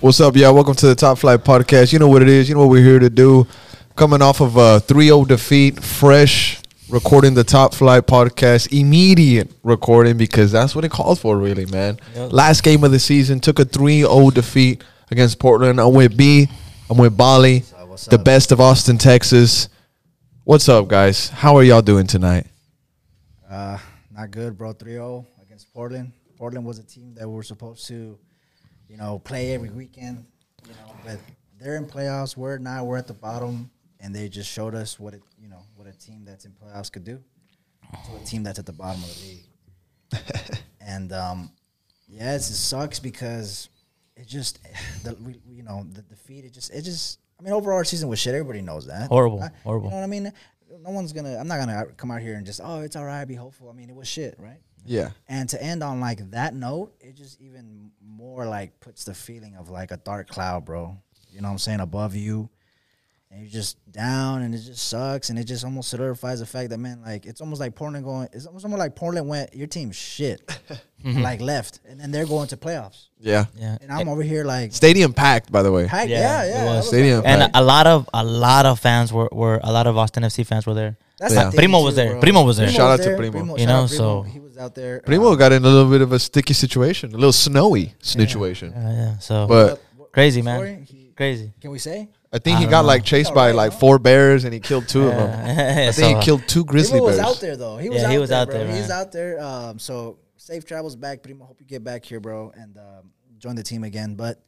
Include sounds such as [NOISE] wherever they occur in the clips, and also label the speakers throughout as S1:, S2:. S1: What's up, y'all? Welcome to the Top Flight Podcast. You know what it is. You know what we're here to do. Coming off of a 3-0 defeat, fresh, recording the Top Flight Podcast, immediate recording because that's what it calls for, really, man.
S2: Yep.
S1: Last game of the season took a 3-0 defeat against Portland. I'm with B. I'm with Bali,
S2: up, what's
S1: the
S2: up?
S1: best of Austin, Texas. What's up, guys? How are y'all doing tonight?
S2: Uh, not good, bro. 3-0 against Portland. Portland was a team that we're supposed to, you know, play every weekend. You know, but they're in playoffs. We're not. We're at the bottom, and they just showed us what it, you know, what a team that's in playoffs could do to a team that's at the bottom of the league.
S3: [LAUGHS]
S2: and um, yes, it sucks because it just, the, we, we- you know, the defeat. It just, it just. I mean, overall, our season was shit. Everybody knows that.
S3: Horrible,
S2: I-
S3: horrible.
S2: You know what I mean? No one's gonna. I'm not gonna out- come out here and just, oh, it's all right, be hopeful. I mean, it was shit, right?
S1: Yeah.
S2: And to end on like that note, it just even more like puts the feeling of like a dark cloud, bro. You know what I'm saying? Above you. And you're just down and it just sucks. And it just almost solidifies the fact that man, like it's almost like Portland going it's almost almost like Portland went, your team's
S3: [LAUGHS]
S2: shit. and, like left. And then they're going to playoffs.
S1: Yeah.
S3: Yeah.
S2: And I'm over here like
S1: Stadium packed, by the way.
S2: heck, yeah,
S3: Yeah, it
S2: yeah.
S3: was.
S2: I was
S1: Stadium
S2: like-
S3: And
S1: packed.
S3: a lot of a lot of fans were, were a lot of Austin FC fans were there.
S2: That's
S1: Yeah.
S2: the thing,
S3: Primo was
S2: too,
S3: there.
S2: bro.
S3: Primo was there.
S1: Shout out to
S2: there.
S1: Primo.
S2: shout
S3: You
S2: out Primo.
S3: know, so-
S2: he was out there.
S1: Primo
S2: Uh,
S1: got in a little bit of a sticky situation, a little snowy situation.
S3: Yeah, yeah. So
S1: But
S2: what-
S3: crazy,
S2: story?
S3: man.
S2: He-
S3: Crazy.
S2: Can we say?
S1: I think
S3: I
S1: he
S3: don't
S1: got
S3: know.
S1: like chased
S2: All
S1: by
S2: right,
S1: like
S2: huh?
S1: four bears and he killed two of them. I
S3: [LAUGHS] Yeah.
S1: think
S3: So,
S1: he killed two grizzly
S2: Primo was
S1: bears.
S2: out there though. He was
S3: Yeah,
S2: out
S3: he was
S2: there,
S3: out
S2: bro.
S3: there,
S2: He's
S3: man.
S2: out there. Um, so safe travels back, Primo. Hope you get back here, bro, and um, join the team again. But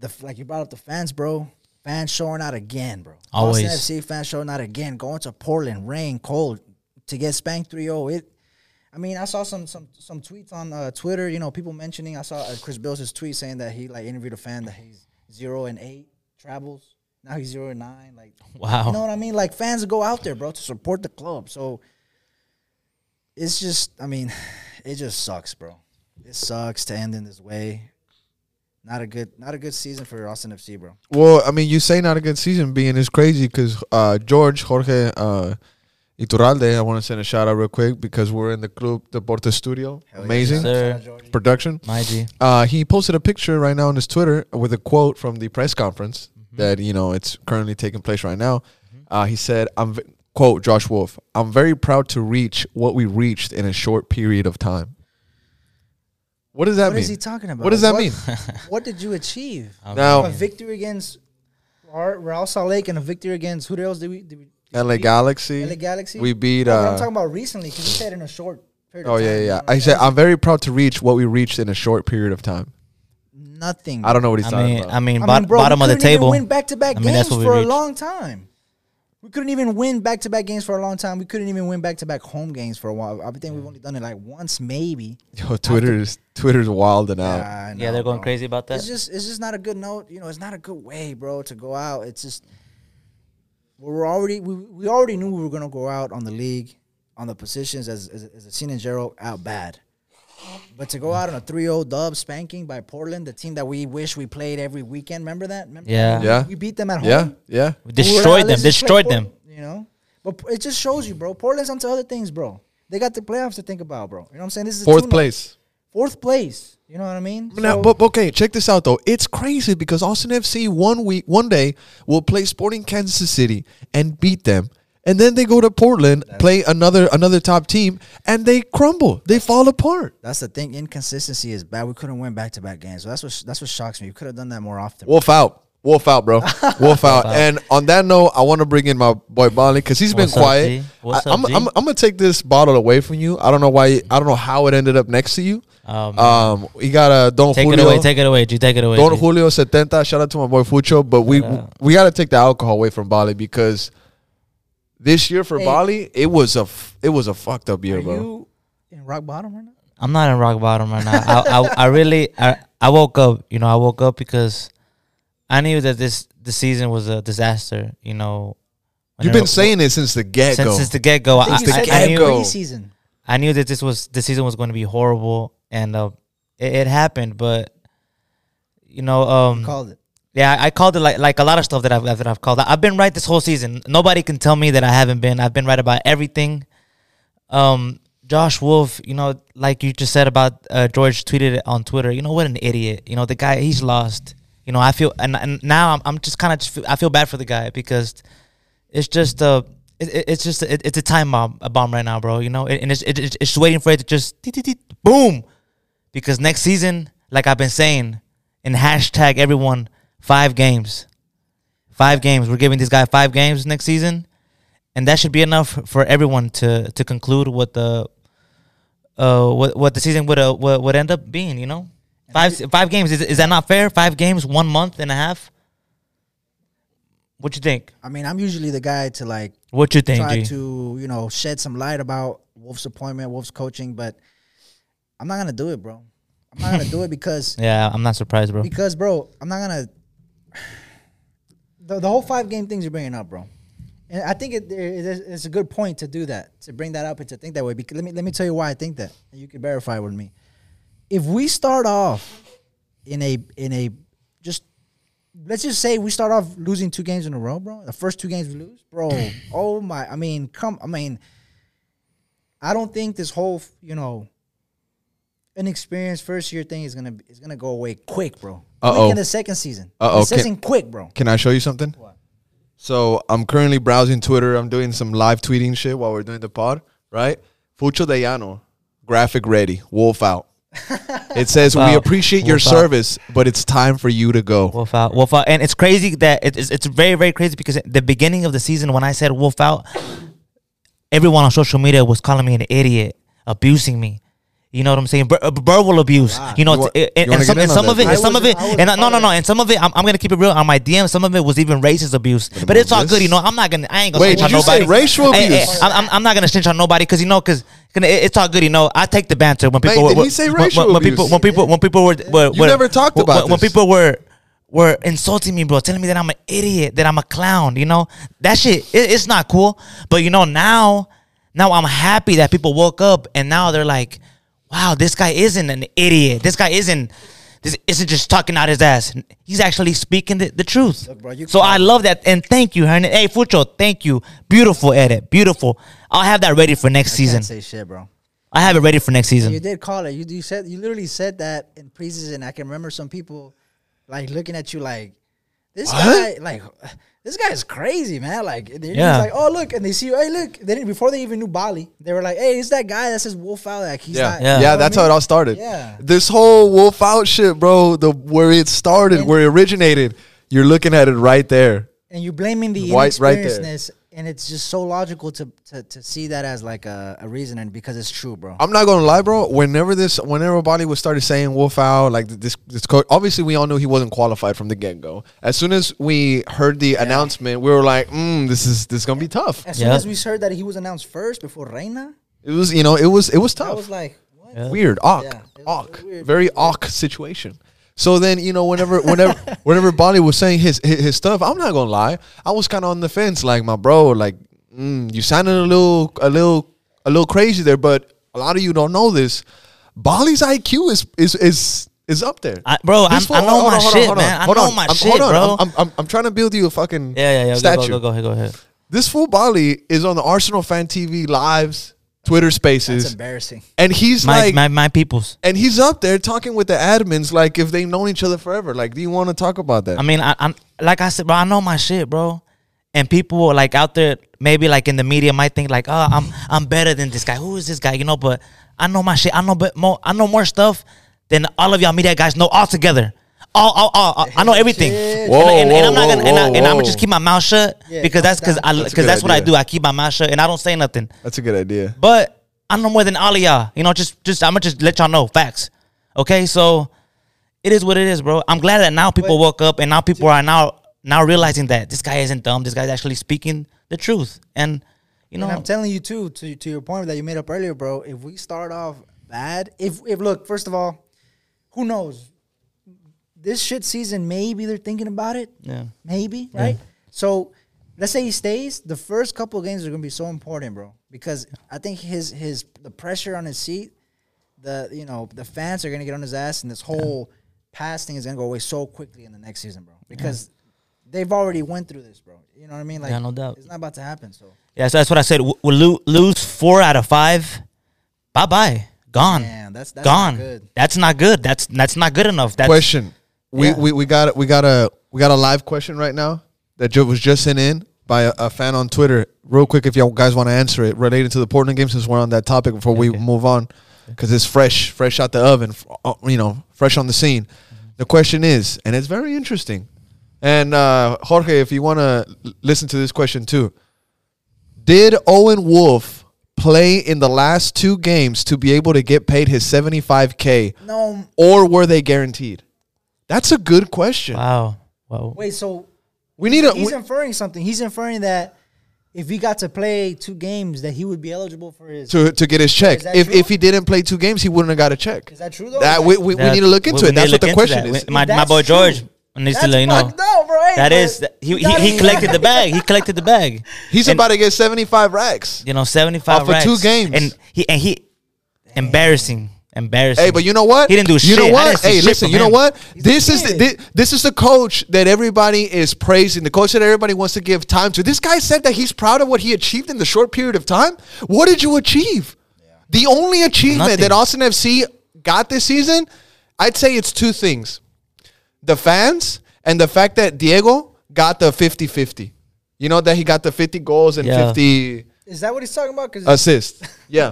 S2: the f- like you brought up the fans, bro. Fans showing out again, bro.
S3: Always.
S2: Austin FC fans showing out again. Going to Portland, rain, cold, to get spanked 3-0. It. I mean, I saw some some some tweets on uh, Twitter. You know, people mentioning. I saw uh, Chris Bills' tweet saying that he like interviewed a fan that he's zero and eight travels. Now he's zero and nine. Like
S3: wow.
S1: Oh.
S2: you know what I mean? Like fans go out there, bro, to support the club. So it's just, I mean, [SIGHS] it just sucks, bro. It sucks to end in this way. Not a good, not a good season for Austin FC, bro.
S1: Well, I mean, you say not a good season being is crazy because uh, George Jorge uh, Iturralde. I want to send a shout out real quick because we're in the Club Deporte Studio. Amazing
S3: Yes, sir.
S1: production.
S3: My G.
S1: Uh, he posted a picture right now on his Twitter with a quote from the press conference
S3: Mm-hmm.
S1: that you know it's currently taking place right now. Uh, he said, "I'm v- quote Josh Wolf. I'm very proud to reach what we reached in a short period of time." What does that
S2: What
S1: mean?
S2: is he talking about?
S1: What does that mean? Oh.
S2: what did you achieve?
S1: Now-
S2: a victory against Ra- Real Salt Lake and a victory against who else did we? Did we did
S1: LA
S2: we beat?
S1: Galaxy.
S2: LA Galaxy.
S1: We beat.
S2: No, but I'm
S1: Uh,
S2: talking about recently because you said in a short period.
S1: oh
S2: of time,
S1: yeah, yeah.
S2: you know
S1: yeah.
S2: what I'm
S1: I said
S2: saying?
S1: I'm very proud to reach what we reached in a short period of time.
S2: nothing.
S1: I don't know what he's
S3: I
S1: talking
S3: mean,
S1: about.
S3: I mean,
S2: I
S3: bot-
S2: mean, bro, we
S3: bottom of the
S2: couldn't even
S3: table.
S2: win back to back
S3: I
S2: games
S3: mean, that's what we
S2: for a
S3: reached.
S2: long time. We couldn't even win back to back games for a long time. We couldn't even win back to back home games for a while. I think we've only done it like once, maybe.
S1: [LAUGHS] Yo, Twitter is Twitter's wilding out.
S2: I
S3: Oh. yeah,
S2: know,
S3: they're going
S2: bro.
S3: crazy about that.
S2: It's just, it's just not a good note. You know, it's not a good way, bro, to go out. It's just we're already we, we already knew we were gonna go out on the league, on the positions as as, as a Sin and Gerald out bad. But to go out on a 3-0 dub spanking by Portland, the team that we wish we played every weekend. Remember that? Remember
S3: Yeah.
S2: We-
S1: Yeah.
S2: We beat them at home.
S1: Yeah, yeah.
S3: We
S2: But we're
S3: destroyed
S2: not-
S3: them.
S2: let's just play
S3: Destroyed them.
S2: Portland, You know, but p- it just shows you, bro. Portland's onto other things, bro. They got the playoffs to think about, bro. You know what I'm saying? This is a
S1: Fourth
S2: tune-up.
S1: place.
S2: Fourth place. You know what I mean?
S1: Now,
S2: So-
S1: but but okay, check this out though. It's crazy because Austin FC one week, one day will play Sporting Kansas City and beat them, and then they go to Portland, play another another top team, and they crumble. They fall apart.
S2: that's the thing. Inconsistency is bad. We couldn't win back to back games. So that's what sh- that's what shocks me. We could have done that more often.
S1: Wolf out. Wolf out, [LAUGHS] bro. Wolf out. And on that note, I want to bring in my boy Bali because he's been
S3: What's up,
S1: quiet.
S3: G? What's
S1: I,
S3: up,
S1: am
S3: G?
S1: I'm, I'm gonna take this bottle away from you. I don't know why. I don't know how it ended up next to you.
S3: Oh, man.
S1: um, you got a Don
S3: Take it
S1: Julio.
S3: away. Take it away, G. Take it away.
S1: Don
S3: G.
S1: Julio 70. Shout out to my boy Fucho. But we
S3: out.
S1: we got to take the alcohol away from Bali because this year for
S2: Hey.
S1: Bali, it was a f- it was a fucked up year,
S2: Are
S1: bro.
S2: you in rock bottom right now?
S3: I'm not in rock bottom right now. I, I, I really, I, I woke up. You know, I woke up because I knew that this the season was a disaster. You know,
S1: You've been saying it since the get
S3: since
S1: go.
S3: since the get go. I,
S2: I think you
S3: I-
S2: said
S3: I
S2: that
S3: knew-
S1: get-go.
S2: preseason.
S3: I knew that this was the season was going to be horrible, and uh, it, it happened. But you know, um,
S2: Called it.
S3: yeah, I called it like like a lot of stuff that I've that I've called. I've been right this whole season. Nobody can tell me that I haven't been. I've been right about everything. Um, Josh Wolf, you know, like you just said about uh, George tweeted it on Twitter. You know what an idiot. You know the guy, he's lost. You know I feel and, and now I'm, I'm just kind of I feel bad for the guy because it's just a it, it- it's just it, it's a time bomb a bomb right now, bro. You know, and it's it, it's just waiting for it to just tick, tick, tick, boom because next season, like I've been saying, and hashtag everyone five games, five games. We're giving this guy five games next season, and that should be enough for everyone to to conclude what the uh what what the season would uh, would, would end up being. You know, five five games is is that not fair? Five games, one month and a half. What you think?
S2: I mean, I'm usually the guy to like
S3: What you think,
S2: try
S3: G?
S2: to you know shed some light about Wolf's appointment, Wolf's coaching, but I'm not gonna do it, bro. I'm not gonna do it because
S3: yeah, I'm not surprised, bro.
S2: because bro, I'm not gonna. The, the whole five game things you're bringing up, bro, and I think it, it is- it's a good point to do that to bring that up and to think that way. Because let me let me tell you why I think that, and you can verify with me. If we start off in a in a just let's just say we start off losing two games in a row, bro. The first two games we lose, bro. oh my! I mean, come. I mean, I don't think this whole you know inexperienced first year thing is gonna is gonna go away quick, bro.
S1: Uh-oh.
S2: Quick in the second season.
S1: Uh-oh,
S2: The
S1: can-
S2: Second quick, bro.
S1: Can I show you something?
S2: What?
S1: So I'm currently browsing Twitter. I'm doing some live tweeting shit while we're doing the pod, right? Fucho de Llano, graphic ready, wolf
S2: [LAUGHS]
S1: out. It says,
S3: Wolf
S1: We
S3: out.
S1: appreciate your
S3: Wolf out."
S1: service, but it's time for you to go.
S3: Wolf out, wolf out, and it's crazy that it- it's it's very very crazy because at the beginning of the season when I said wolf out, everyone on social media was calling me an idiot, abusing me. You know what I'm saying? Ver- uh, verbal abuse. You know,
S1: You wa-
S3: it's-
S1: you
S3: and,
S1: wanna
S3: and some
S1: get in
S3: and
S1: on
S3: some
S1: that,
S3: of it,
S1: dude?
S3: and some of it,
S2: I was-
S3: and
S2: I
S3: no,
S2: was
S3: no, no, and some of it. I'm, I'm gonna keep it real on my DM. Some of it was even racist abuse, but it's all
S1: this-
S3: good. You know, I'm not gonna. I ain't gonna
S1: Wait,
S3: snitch on
S1: did you say
S3: nobody.
S1: racial
S3: Hey, hey,
S1: abuse?
S3: I'm, I'm, I'm not gonna snitch on nobody because you know because. It's all good, you know. I take the banter when people
S1: did
S3: when,
S1: he say
S3: when-
S1: racial
S3: when people
S1: abuse?
S3: when people when people were, were
S1: You
S3: were-
S1: never talked
S3: when-
S1: about
S3: when, when
S1: this.
S3: people were were insulting me, bro, telling me that I'm an idiot, that I'm a clown. You know that shit. It, it's not cool. But you know now, now I'm happy that people woke up and now they're like, wow, this guy isn't an idiot. This guy isn't. This isn't just talking out his ass. He's actually speaking the, the truth.
S2: Look, bro, you
S3: so I love that and thank you, Hernan. Hey, Fucho, thank you. Beautiful edit, beautiful. I'll have that ready for next season.
S2: Can't say shit, bro.
S3: I have it ready for next
S2: You
S3: season.
S2: did call it. You, you said you literally said that in preseason. I can remember some people like looking at you like this guy like this guy's crazy, man. Like they're just
S3: Yeah.
S2: like, oh look, and they see you, hey look. They didn't before they even knew Bali, they were like, Hey, it's that guy that says wolf out like he's
S1: Yeah.
S2: not
S1: yeah,
S3: Yeah.
S2: you know what I
S1: that's
S2: mean?
S1: how it all started.
S2: Yeah.
S1: This whole wolf out shit, bro, the where it started, where it originated, you're looking at it right there.
S2: and you're blaming the
S1: White right there.
S2: inexperiencedness and it's just so logical to, to to see that as like a, a reason and because it's true, bro.
S1: I'm not gonna lie, bro. Whenever this, whenever Bali was started saying Wolf out, like th- this, this coach. Obviously, we all knew he wasn't qualified from the get go. As soon as we heard the announcement, we were like, mm, "This is this is gonna be tough."
S2: as soon
S3: Yeah.
S2: as we heard that he was announced first before Reina,
S1: It was, you know, it was it was
S2: I
S1: tough.
S2: was like,
S1: [LAUGHS]
S2: what?
S1: weird, awk,
S2: Yeah, it was
S1: awk,
S2: weird.
S1: very awk situation. So then, you know, whenever, whenever, [LAUGHS] whenever Bali was saying his his, his stuff, I'm not gonna lie, I was kind of on the fence, like my bro, like mm, you sounded a little, a little, a little crazy there, but a lot of you don't know this. Bali's IQ is is is is up there,
S3: I- bro, I'm-
S1: fool-
S3: I know
S1: hold on,
S3: my
S1: hold on,
S3: shit,
S1: hold on,
S3: man. I
S1: hold
S3: know
S1: on.
S3: my
S1: I'm-
S3: shit,
S1: hold on.
S3: bro.
S1: I'm, I'm I'm trying to build you a fucking
S3: Yeah, yeah, yeah. Go,
S1: statue.
S3: go, go, go ahead, go ahead.
S1: This fool Bali is on the Arsenal fan TV lives, Twitter
S2: That's
S1: Spaces,
S2: embarrassing.
S1: and he's
S3: My,
S1: like
S3: my, my peoples.
S1: and he's up there talking with the admins like if they've known each other forever. Like, do you want to talk about that?
S3: I mean, I, I'm like I said, bro. I know my shit, bro. And people are like out there, maybe like in the media, might think like, oh, I'm I'm better than this guy. Who is this guy? You know, but I know my shit. I know, but more. I know more stuff than all of y'all media guys know all together. All, all, all, all- I know everything.
S2: Shit.
S3: And-
S1: Whoa,
S3: and, and I'm
S1: whoa,
S3: not gonna, and, I,
S1: whoa,
S3: and I'm
S1: whoa.
S3: gonna just keep my mouth shut
S2: Yeah,
S3: because that's because I
S1: That's a
S3: because
S1: good
S3: that's what I
S1: idea.
S3: do. I keep my mouth shut and I don't say nothing.
S1: That's a good idea.
S3: But I know more than all of y'all. You know, just just I'm gonna just let y'all know facts. Okay, so it is what it is, bro. I'm glad that now people woke up and now people are now now realizing that this guy isn't dumb. This guy's actually speaking the truth, and you know,
S2: And I'm telling you too, to to your point that you made up earlier, bro. If we start off bad, if if look, first of all, who knows? This shit season, maybe they're thinking about it.
S3: Yeah.
S2: Maybe right. So let's say he stays. The first couple of games are gonna be so important, bro, because I think his his the pressure on his seat, the you know the fans are gonna get on his ass, and this whole pass thing is gonna go away so quickly in the next season, bro, because. They've already went through this, bro. You know what I mean? Like,
S3: Yeah, no doubt.
S2: It's not about to happen. So
S3: yeah. So that's what I said. We'll lo- lose four out of five. bye bye, gone,
S2: Man, that's, that's not
S3: gone.
S2: good.
S3: That's not good. That's that's not good enough. That's
S1: question. We,
S3: Yeah.
S1: we we got we got a we got a live question right now that ju- was just sent in by a, a fan on Twitter. Real quick, if y'all guys want to answer it related to the Portland game, since we're on that topic before we move on, because it's fresh, fresh out the oven, f- uh, you know, fresh on the scene.
S3: Mm-hmm.
S1: The question is, and it's very interesting. And uh, Jorge, if you want to listen to this question too, did Owen Wolf play in the last two games to be able to get paid his seventy five k?
S2: No,
S1: or were they guaranteed? That's a good question.
S3: wow. Wow.
S2: wait. So
S1: We need a.
S2: he's
S1: Uh, we-
S2: inferring something. He's inferring that if he got to play two games, that he would be eligible for his.
S1: to, to get his check.
S2: Is that
S1: If,
S2: true?
S1: if he didn't play two games, he wouldn't have got a check.
S2: Is that true though?
S1: That we, we, we need to look into
S3: we
S1: it.
S3: need to
S1: That's what
S3: look
S1: the
S3: into
S1: question
S3: that.
S1: is.
S3: We- My, my
S2: That's
S3: boy
S2: true.
S3: George needs to
S2: That's
S3: let you know.
S2: fucked up, right?
S3: That
S2: But
S3: is he,
S2: you
S3: he,
S2: gotta
S3: he
S2: be-
S3: collected the bag. He collected the
S2: [LAUGHS]
S3: bag.
S1: He's
S3: And-
S1: about to get seventy five racks.
S3: You know, seventy five
S1: Off of two games.
S3: and he and he embarrassing, embarrassing.
S1: Hey, but you know what?
S3: He didn't do
S1: You
S3: shit. I
S1: know what?
S3: didn't see
S1: Hey,
S3: shit
S1: listen.
S3: from
S1: You know
S3: him.
S1: what? This is the,
S2: kid.
S1: thi- this is the coach that everybody is praising. The coach that everybody wants to give time to. This guy said that he's proud of what he achieved in the short period of time. What did you achieve? The only achievement
S3: Nothing.
S1: that Austin FC got this season, I'd say it's two things: the fans and the fact that Diego got the 50-50. You know that he got the fifty goals and
S3: Yeah.
S1: fifty
S2: Is that what he's talking about?
S1: Uh,
S2: Because
S1: assists.
S3: [LAUGHS]
S1: Yeah.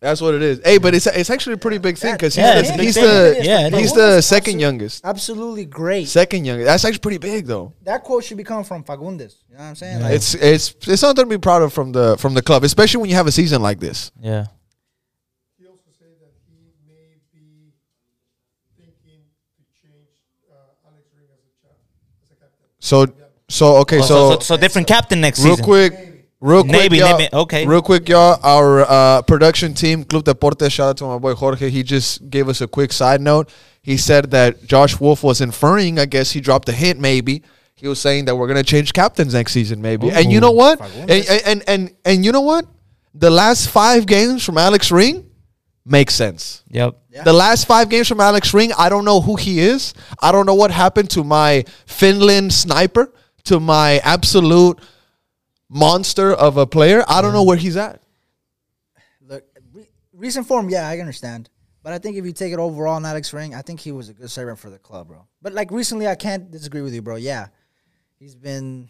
S1: That's what it is. Hey, but it's it's actually a pretty big thing because he's,
S3: Yeah,
S1: the-
S3: it's a big
S1: he's
S3: thing.
S1: the
S3: Yeah, it
S1: he's
S3: is.
S1: the second youngest.
S2: absolutely great.
S1: Second youngest. That's actually pretty big though.
S2: that quote should be coming from Fagundes. You know what I'm saying? Like,
S1: It's it's it's something to be proud of from the from the club, especially when you have a season like this.
S3: yeah.
S4: He also said that he may be thinking to change uh, Alex Ring as a chap, as a captain.
S1: So so okay
S3: Well,
S1: so,
S3: Oh, so, so, so different captain next
S1: real
S3: season.
S1: quick. Real quick,
S3: Maybe,
S1: y'all,
S3: maybe, okay.
S1: Real quick, y'all. Our uh, production team, Club Deportes. Shout out to my boy Jorge. He just gave us a quick side note. He said that Josh Wolf was inferring. I guess he dropped a hint. Maybe he was saying that we're gonna change captains next season. Maybe. And you know what? And, and and and and you know what? The last five games from Alex Ring makes sense.
S3: Yep.
S1: The last five games from Alex Ring, I don't know who he is. I don't know what happened to my Finland sniper, to my absolute monster of a player. I don't know where he's at.
S2: look, re- recent form, yeah, I understand. But I think if you take it overall on Alex Ring, I think he was a good servant for the club, bro. But like recently, I can't disagree with you, bro. Yeah, he's been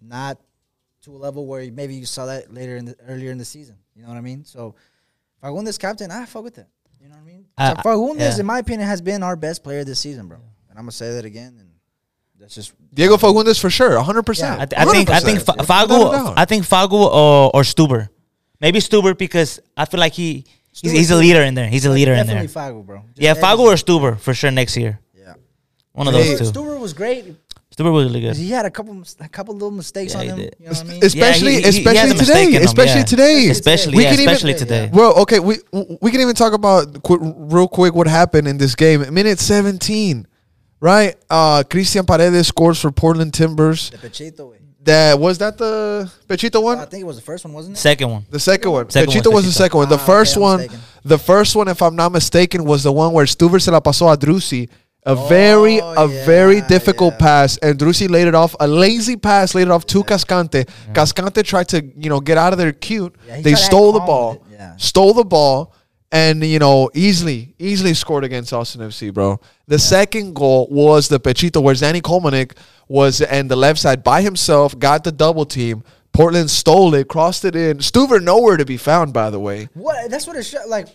S2: not to a level where maybe you saw that later in the earlier in the season. You know what I mean? So Fagundes captain, I fuck with it. You know what I mean?
S3: I-
S2: so Fagundes,
S3: Uh, yeah.
S2: in my opinion, has been our best player this season, bro. And I'm gonna say that again, and that's just
S1: Diego Fagundes for sure, 100%.
S2: Yeah,
S3: I, th- I think I think Fa- Fagu I think Fagu uh, or, or Stuber, maybe Stuber because I feel like he he's, he's a leader in there. He's a leader in there.
S2: definitely Fagu, bro. Just
S3: Yeah,
S2: every-
S3: Fagu or Stuber for sure next year.
S2: Yeah,
S3: One of
S1: Hey.
S3: those two.
S2: Stewart was great.
S3: Stuber was really good.
S2: He had a couple, mis- a couple little mistakes
S3: Yeah,
S2: on
S3: he
S2: him.
S3: did.
S2: You know what I mean?
S1: especially
S3: Yeah, he- he- he
S1: especially
S3: has a mistake
S1: today,
S3: in him,
S1: especially
S3: yeah.
S1: today.
S3: Especially,
S1: We
S3: yeah,
S1: can even-
S3: especially today.
S1: Bro, okay, we we can even talk about qu- real quick what happened in this game. Minute 17, right? Uh Cristian Paredes scores for Portland Timbers.
S2: The Pachito way.
S1: That was that the Pechito one?
S2: I think it was the first one, wasn't it?
S3: Second one.
S1: The second one.
S3: Second
S1: Pechito
S3: one,
S1: was the
S3: Pechito.
S1: second one. The
S2: Ah, okay,
S1: first
S2: I'm
S1: one,
S2: mistaken.
S1: the first one, if I'm not mistaken, was the one where Stuber se la pasó a Drusi. A very,
S2: Oh,
S1: a very
S2: yeah,
S1: difficult
S2: yeah.
S1: pass, and Drusi laid it off. A lazy pass laid it off to Cascante. Cascante tried to, you know, get out of there cute.
S2: Yeah, he
S1: they
S2: tried to act
S1: stole the
S2: calm
S1: ball,
S2: with it, yeah.
S1: stole the ball, and you know, easily, easily scored against Austin FC, bro. The second goal was the Pechito, where Zanny Kolmanik was and the left side by himself, got the double team. Portland stole it, crossed it in. Stuver nowhere to be found, by the way.
S2: What? That's what it should like.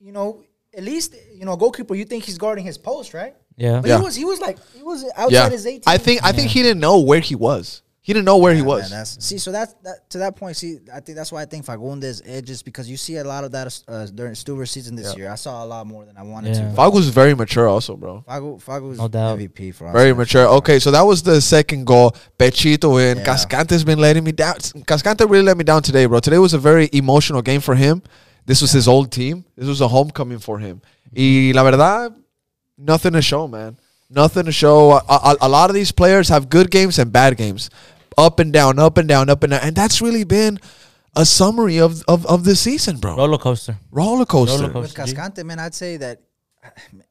S2: You know, at least you know goalkeeper. You think he's guarding his post, right?
S3: Yeah.
S2: But
S1: Yeah.
S2: he was. He was like he was outside his eighteen.
S1: I think I think he didn't know where he was. He didn't know where he
S2: Yeah,
S1: was.
S2: man, that's, see, so that's that, to that point. See, I think that's why I think Fagundes edges because you see a lot of that uh, during Stewart's season this year. I saw a lot more than I wanted
S3: Yeah.
S2: to.
S1: Fagu's very mature, also, bro.
S2: Fagu, Fagu's
S3: No doubt.
S2: MVP for us.
S1: Very mature. Okay, so that was the second goal. Pechito in.
S2: Yeah.
S1: Cascante's been letting me down. Cascante really let me down today, bro. Today was a very emotional game for him. This was his old team. This was a homecoming for him. Y la verdad, nothing to show, man. Nothing to show. A, a, a lot of these players have good games and bad games, up and down, up and down, up and down, and that's really been a summary of of, of this season, bro.
S3: Roller coaster.
S1: Roller coaster.
S3: Roller coaster.
S2: with Cascante, [SIGHS] man, I'd say that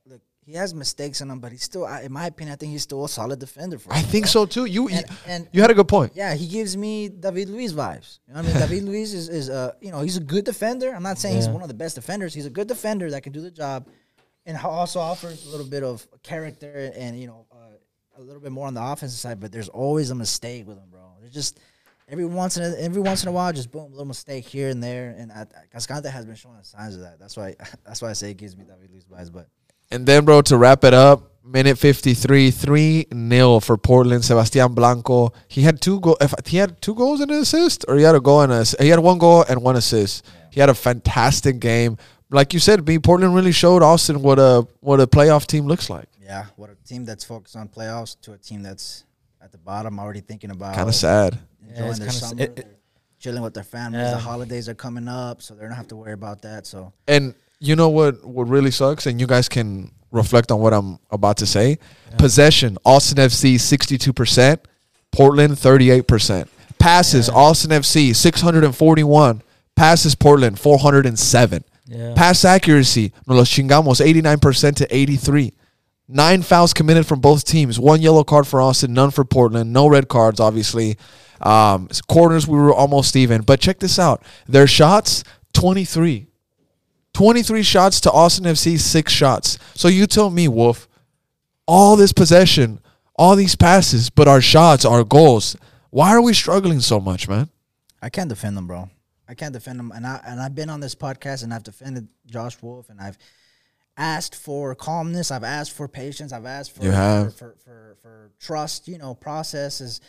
S2: look, he he has mistakes in him, but he's still, I- in my opinion, I think he's still a solid defender for.
S1: I
S2: us,
S1: think
S2: bro.
S1: so too. You
S2: And-
S1: you-
S2: and-
S1: you had a good point.
S2: Yeah, he gives me David Luiz vibes. You know what I mean? [LAUGHS] David Luiz is, is uh, you know, he's a good defender. I'm not saying he's
S3: Yeah.
S2: one of the best defenders. He's a good defender that can do the job, and ho- also offers a little bit of character and you know, uh, a little bit more on the offensive side. But there's always a mistake with him, bro. There's just every once in a, every once in a while, just boom, a little mistake here and there. And I, Cascante has been showing us signs of that. That's why [LAUGHS] that's why I say it gives me David Luiz vibes. But
S1: And then, bro, to wrap it up, minute 53, 3 0 for Portland. Sebastian Blanco, he had two go- if He had two goals and an assist, or he had a goal and a, he had one goal and one assist. He had a fantastic game. Like you said, B Portland really showed Austin what a what a playoff team looks like.
S2: yeah, what a team that's focused on playoffs to a team that's at the bottom already thinking about
S1: Kind of sad.
S2: enjoying
S3: it's
S2: their
S3: kinda s-
S2: summer,
S3: it- it-
S2: they're chilling with their families.
S3: Yeah.
S2: The holidays are coming up, so they don't have to worry about that. So
S1: And you know what? What really sucks, and you guys can reflect on what I'm about to say. Possession: Austin FC 62%, Portland 38%. Passes: Austin FC 641. Passes: Portland 407.
S3: Yeah.
S1: Pass accuracy: Nos los chingamos 89% to 83. Nine fouls committed from both teams. One yellow card for Austin, none for Portland. No red cards, obviously. Um, corners, we were almost even. But check this out: their shots, 23. 23 shots to Austin FC, six shots. So you tell me, Wolf, all this possession, all these passes, but our shots, our goals, why are we struggling so much, man?
S2: I can't defend them, bro. I can't defend them, and I and I've been on this podcast and I've defended Josh Wolf, and I've asked for calmness, I've asked for patience, I've asked for
S1: You have.
S2: for, for for for trust, you know, processes,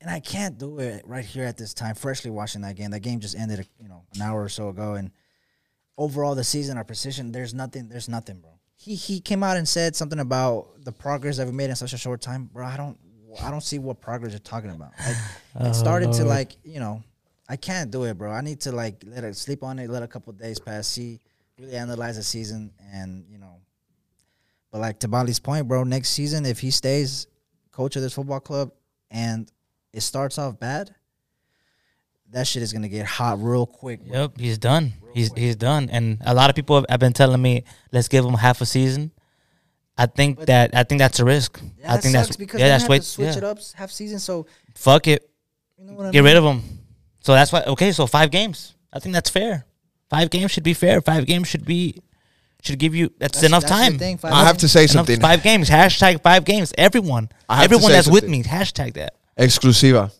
S2: and I can't do it right here at this time. Freshly watching that game, that game just ended, you know, an hour or so ago, and overall the season, our position, there's nothing, there's nothing, bro. He he came out and said something about the progress that we made in such a short time, bro. I don't I don't see what progress you're talking about. Like, it started to like you know, I can't do it, bro. I need to like let it sleep on it, let a couple days pass, see, really analyze the season, and you know. But like to Bali's point, bro, next season if he stays coach of this football club and it starts off bad, that shit is gonna get hot real quick. bro.
S3: Yep, he's done. He's he's done. And a lot of people have, have been telling me, let's give him half a season. I think that I think that's a risk.
S2: Yeah,
S3: I
S2: that
S3: think
S2: sucks
S3: that's
S2: because
S3: yeah,
S2: they
S3: that's
S2: have
S3: way
S2: to switch
S3: yeah.
S2: it up half season. So
S3: Fuck it,
S2: you know what I mean.
S3: get rid of him. So that's why. Okay, so five games. I think that's fair. Five games should be fair. Five games should be should give you. That's,
S2: That's-
S3: enough
S2: that's the
S3: time.
S2: thing, five
S1: I have to say
S3: Enough-
S1: something.
S3: Five games. Hashtag five games. Everyone.
S1: I have to
S3: Everyone
S1: say
S3: that's with
S1: something.
S3: me. Hashtag that.
S1: Exclusiva.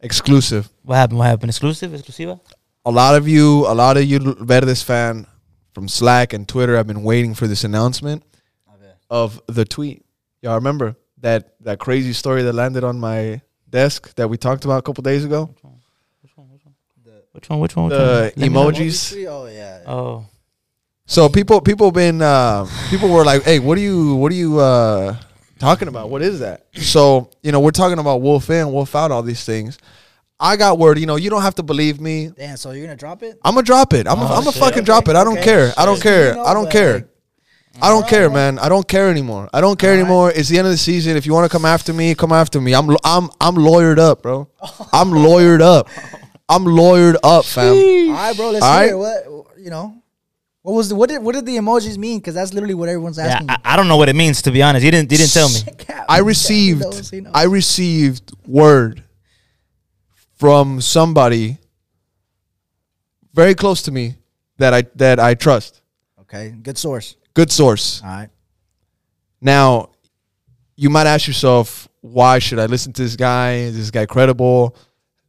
S1: Exclusive.
S3: What happened? What happened? Exclusive. Exclusiva.
S1: a lot of you, a lot of you Verdes fan from Slack and Twitter have been waiting for this announcement of the tweet. Y'all remember that that crazy story that landed on my desk that we talked about a couple days ago?
S3: Which one? Which one? Which
S1: The
S3: one? Let me know.
S1: emoji. emojis.
S2: Oh yeah.
S3: Oh.
S1: So people people been uh, people were like, "Hey, what are you what are you uh, talking about? What is that?" So you know, we're talking about wolf in, wolf out, all these things. I got word. You know, you don't have to believe me.
S2: Damn. So you're gonna drop it?
S1: I'm gonna drop it. I'm
S3: Oh,
S1: gonna I'm
S3: shit.
S1: fucking drop it. I don't
S2: Okay.
S1: care. I don't
S2: Shit.
S1: care.
S2: You
S1: I
S2: know,
S1: don't
S2: but,
S1: care.
S2: like,
S1: I don't care,
S2: Alright.
S1: man. I don't care anymore. I don't care
S2: Alright.
S1: anymore. It's the end of the season. If you want to come after me, come after me. I'm I'm I'm lawyered up,
S2: [LAUGHS]
S1: bro. I'm lawyered up. I'm lawyered up, fam.
S2: All right, bro. Let's
S1: All
S2: hear it. what you know. What was the, what did what did the emojis mean? Because that's literally what everyone's
S3: Yeah,
S2: asking.
S3: I, I don't know what it means to be honest. You didn't. You didn't
S2: [LAUGHS]
S3: tell me.
S1: I received I received word from somebody very close to me that I that I trust.
S2: okay, good source.
S1: Good source.
S2: All right.
S1: Now, you might ask yourself, why should I listen to this guy? Is this guy credible?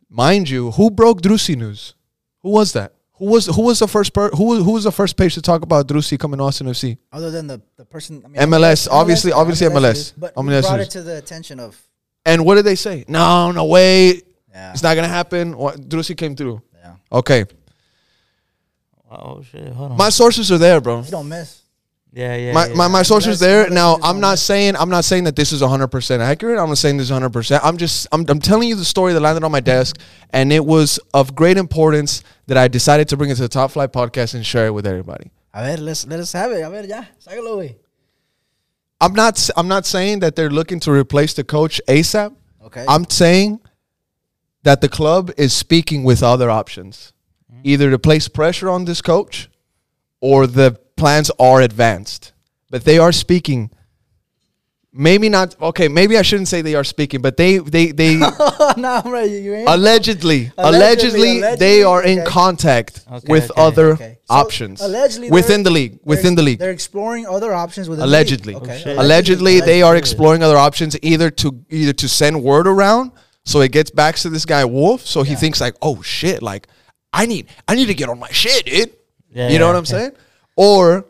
S1: Mind you, who broke Drusi news? Who was that? Who was who was the first per, who was, who was the first page to talk about Drusi coming to Austin FC?
S2: Other than the, the person, I mean,
S1: MLS, obviously- obviously MLS.
S2: is, But
S1: MLS
S2: we brought
S1: is.
S2: it to the attention of.
S1: And what did they say? No, no way,
S2: Yeah.
S1: it's not gonna happen. What- Drusi came through.
S2: yeah.
S1: Okay,
S3: Oh shit! Hold on.
S1: my sources are there, bro.
S2: You don't miss.
S3: yeah, yeah.
S1: My,
S3: yeah.
S1: my, my sources
S2: MLS
S1: there
S2: MLS
S1: now.
S2: is
S1: I'm
S2: on
S1: not
S2: it.
S1: saying I'm not saying that this is 100 percent accurate. I'm not saying this is 100. percent I'm just I'm, I'm telling you the story that landed on my desk, and it was of great importance that I decided to bring it to the Top Flight podcast and share it with everybody.
S2: A ver, let's let us have it. A ver, ya, sácalo, güey.
S1: I'm not s- I'm not saying that they're looking to replace the coach ASAP.
S2: Okay. [LAUGHS]
S1: I'm saying that the club is speaking with other options,
S2: Mm-hmm.
S1: either to place pressure on this coach, or the plans are advanced. But they are speaking maybe not. Okay, maybe I shouldn't say they are speaking, but they they
S2: [LAUGHS]
S1: they [LAUGHS]
S2: no, bro, you, you ain't.
S1: allegedly allegedly, they
S2: allegedly,
S1: are in
S2: okay.
S1: contact
S3: Okay,
S1: with
S3: okay,
S1: other
S2: okay. So,
S1: options
S2: allegedly,
S1: within
S2: they're-
S1: the league
S2: They're
S1: within
S2: ex-
S1: the league.
S2: They're exploring other options within
S1: allegedly.
S2: The league.
S1: allegedly, they are exploring other options, either to either to send word around, so it gets back to this guy Wolf, so he thinks like, oh shit, like I need I need to get on my shit, dude.
S3: Yeah,
S1: you know
S3: yeah,
S1: what I'm
S3: yeah.
S1: saying? Or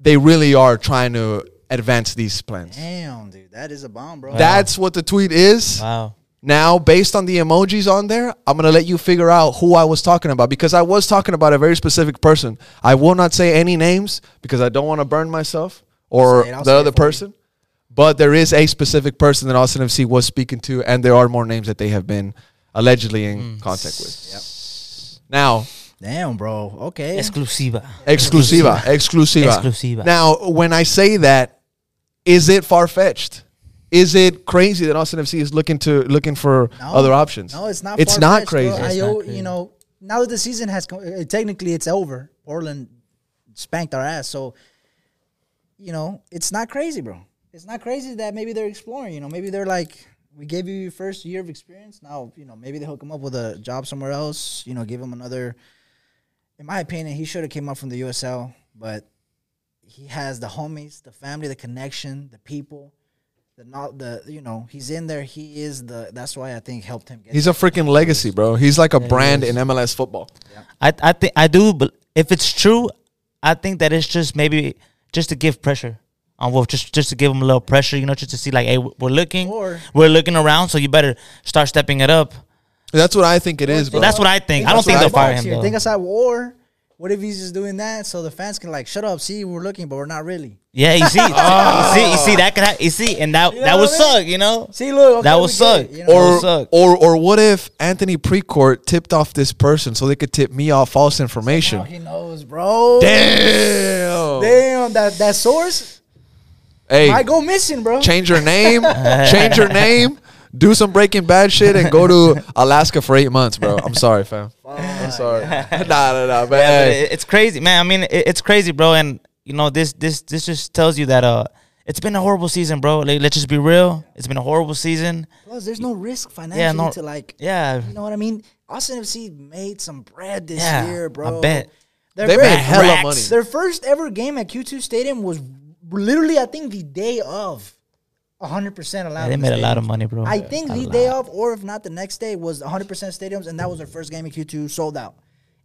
S1: they really are trying to advance these plans.
S2: Damn, dude, that is a bomb, bro.
S1: That's what the tweet is.
S3: Wow.
S1: Now, based on the emojis on there, I'm gonna let you figure out who I was talking about because I was talking about a very specific person. I will not say any names because I don't want to burn myself or
S2: Say it, I'll
S1: the
S2: say it
S1: other
S2: for you.
S1: person. But there is a specific person that Austin FC was speaking to, and there are more names that they have been allegedly
S2: Mm.
S1: in contact with. Now,
S2: Damn, bro. Okay.
S3: Exclusiva.
S1: exclusiva, exclusiva,
S3: Exclusiva.
S1: Now, when I say that, is it far fetched? Is it crazy that Austin FC is looking to looking for
S2: No.
S1: other options?
S2: No, it's not.
S1: It's not
S2: far-fetched, bro.
S1: crazy.
S2: I
S3: It's not
S2: owe-
S3: crazy.
S2: you know now that the season has come, uh, technically it's over. Portland spanked our ass, so you know it's not crazy, bro. It's not crazy that maybe they're exploring. You know, maybe they're like, we gave you your first year of experience. Now you know maybe they hook him up with a job somewhere else. You know, give him another. In my opinion, he should have came up from the USL, but he has the homies, the family, the connection, the people. The not the you know he's in there. He is the. That's why I think helped him get.
S1: He's a freaking legacy, bro. He's like a brand in MLS football.
S3: I I think I do, but if it's true, I think that it's just maybe just to give pressure on Wolf, just just to give him a little pressure, you know, just to see like, hey, we're looking,
S2: Or-
S3: we're looking around, so you better start stepping it up.
S1: That's what I think it is, bro.
S3: That's what I think. I don't
S1: That's
S3: think
S1: what
S3: they'll
S1: I
S3: fire
S2: Box
S3: him
S2: here.
S3: though.
S2: Think outside war. What if he's just doing that so the fans can like shut up? See, we're looking, but we're not really.
S3: yeah,
S1: [LAUGHS]
S3: you see,
S1: Oh.
S3: you see, you see that could, ha- you see, and that that
S2: know
S3: would
S2: what I mean?
S3: suck, you know.
S2: See, look, okay,
S3: That
S2: we
S3: would
S2: get
S3: suck.
S2: it, you know?
S3: That would
S1: or
S3: suck.
S1: or or what if Anthony Precourt tipped off this person so they could tip me off false
S2: Oh,
S1: information?
S2: he knows, bro.
S1: Damn.
S2: Damn, that that source I
S1: Hey,
S2: go missing, bro.
S1: change your name.
S2: [LAUGHS]
S1: change your name. Do some Breaking Bad shit and go to
S2: [LAUGHS]
S1: Alaska for eight months, bro. I'm sorry, fam. I'm
S2: [LAUGHS]
S1: sorry. nah, nah, nah. But,
S3: Yeah, but
S1: hey,
S3: it- it's crazy, man. I mean, it, it's crazy, bro. And you know, this this this just tells you that uh, it's been a horrible season, bro. Like, let's just be real. It's been a horrible season.
S2: Plus, there's no risk financially
S3: Yeah, no,
S2: to like,
S3: yeah,
S2: you know what I mean. Austin FC made some bread this
S3: Yeah,
S2: year,
S3: I
S2: bro.
S3: bet.
S2: Their
S1: They
S2: very-
S1: made hella money.
S2: Their first ever game at Q2 Stadium was literally, I think, the day of. 100% allowed.
S3: Yeah, they
S2: in the
S3: made a lot of
S2: stadium.
S3: money, bro.
S2: I think
S3: A
S2: the
S3: lot.
S2: day off, or if not the next day, was 100% stadiums, and that was their first game in Q2, sold out.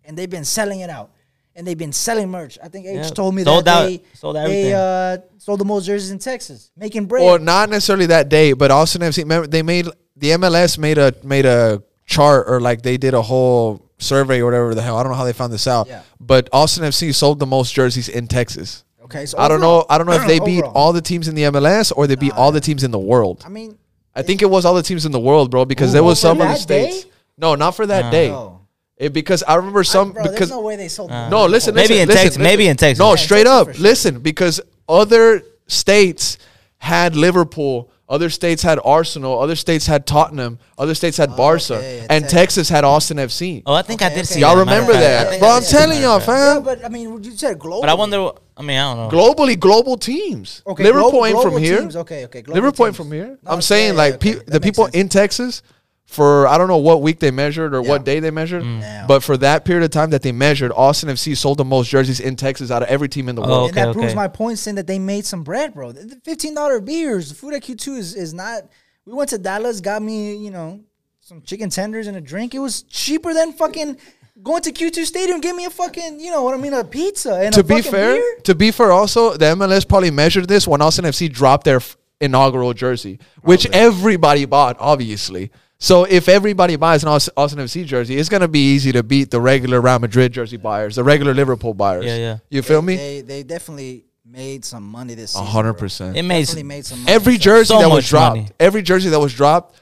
S2: And they've been selling it out. And they've been selling merch. I think H
S3: Yeah,
S2: told me
S3: sold
S2: that
S3: out-
S2: they,
S3: sold everything.
S2: they uh, sold the most jerseys in Texas, making bread.
S1: Or not necessarily that day, but Austin FC. Remember, they made the MLS made a made a chart or like they did a whole survey or whatever the hell. I don't know how they found this out.
S2: Yeah.
S1: But Austin FC sold the most jerseys in Texas.
S2: okay, so
S1: I don't
S2: overall-
S1: know. I don't
S2: [CLEARS THROAT]
S1: know if they beat
S2: overall.
S1: all the teams in the MLS or they beat all the teams in the world.
S2: I mean,
S1: I think it was all the teams in the world, bro, because
S2: Ooh,
S1: there was
S2: for
S1: some in the
S2: that day?
S1: states. No, not for that day.
S2: No.
S1: It, because I remember some
S2: bro,
S1: because Uh,
S2: there's no way they sold.
S1: no, listen,
S3: Maybe
S1: listen,
S3: in
S1: listen,
S3: Texas-
S1: listen.
S3: maybe in Texas.
S1: No,
S3: Yeah, in
S1: straight
S2: Texas
S1: up,
S2: for sure.
S1: listen, because other states had Liverpool, other states had Arsenal, other states had Tottenham, other states had Barca,
S2: Oh, okay,
S1: and
S2: Texas.
S1: Texas had Austin FC.
S3: Oh, I think I
S2: Okay,
S3: did
S2: okay.
S3: see.
S1: y'all
S3: that, matter
S1: remember
S3: of fact.
S1: that,
S3: I think
S1: bro?
S3: I
S1: I'm
S3: did.
S1: telling y'all,
S2: Yeah,
S1: fam.
S2: but I mean, you said global.
S3: But I wonder. what- I mean, I don't know.
S1: globally, global teams.
S2: Okay,
S1: Liverpool
S2: glo-
S1: ain't
S2: global
S1: from here.
S2: teams, okay, okay, global
S1: Liverpool ain't
S2: teams.
S1: from here.
S2: No,
S1: I'm
S2: okay,
S1: saying
S2: yeah,
S1: like
S2: okay,
S1: pe-
S2: that
S1: the
S2: makes
S1: people
S2: sense.
S1: in Texas for I don't know what week they measured or what day they measured,
S2: Damn.
S1: but for that period of time that they measured, Austin FC sold the most jerseys in Texas out of every team Oh. in the world.
S2: and that
S3: Okay,
S2: proves
S3: okay.
S2: my point saying that they made some bread, bro. The- the Fifteen dollar beers, the food at Q two is, is not. We went to Dallas, got me you know some chicken tenders and a drink. It was cheaper than fucking going to Q two Stadium. Give me a fucking you know what I mean a pizza and
S1: to
S2: a
S1: be
S2: fucking
S1: fair,
S2: beer?
S1: to be fair, also the MLS probably measured this when Austin FC dropped their f- inaugural jersey, which everybody bought, obviously. So if everybody buys an Aus- Austin FC jersey, it's gonna be easy to beat the regular Real Madrid jersey buyers, the regular Liverpool buyers.
S3: Yeah, yeah.
S1: You feel me?
S2: They they definitely made some money this
S1: A
S2: season.
S1: hundred
S2: bro.
S1: percent.
S3: It made
S2: Definitely made some money.
S1: Every
S2: So-
S1: jersey
S3: So
S1: that was
S3: much
S1: dropped,
S3: money.
S1: every jersey that was dropped,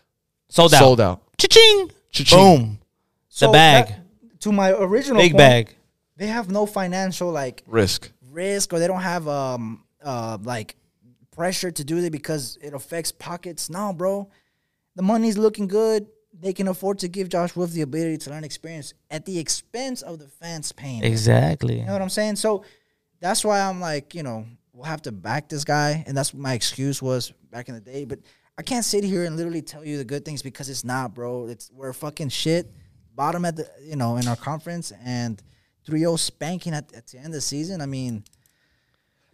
S3: sold out.
S1: sold out.
S3: Cha-ching.
S1: Cha-ching.
S3: Boom.
S2: so
S3: the bag.
S2: that- to my original
S3: Big
S2: point,
S3: bag.
S2: They have no financial like
S1: Risk.
S2: risk or they don't have um uh like pressure to do it because it affects pockets. No, bro. The money's looking good. They can afford to give Josh Wolf the ability to learn experience at the expense of the fans' pain.
S3: Exactly.
S2: You know what I'm saying? So that's why I'm like, you know, we'll have to back this guy, and that's what my excuse was back in the day. But I can't sit here and literally tell you the good things because it's not, bro. It's we're fucking shit, bottom at the you know in our conference, and 3-0 spanking at, at the end of the season. I mean,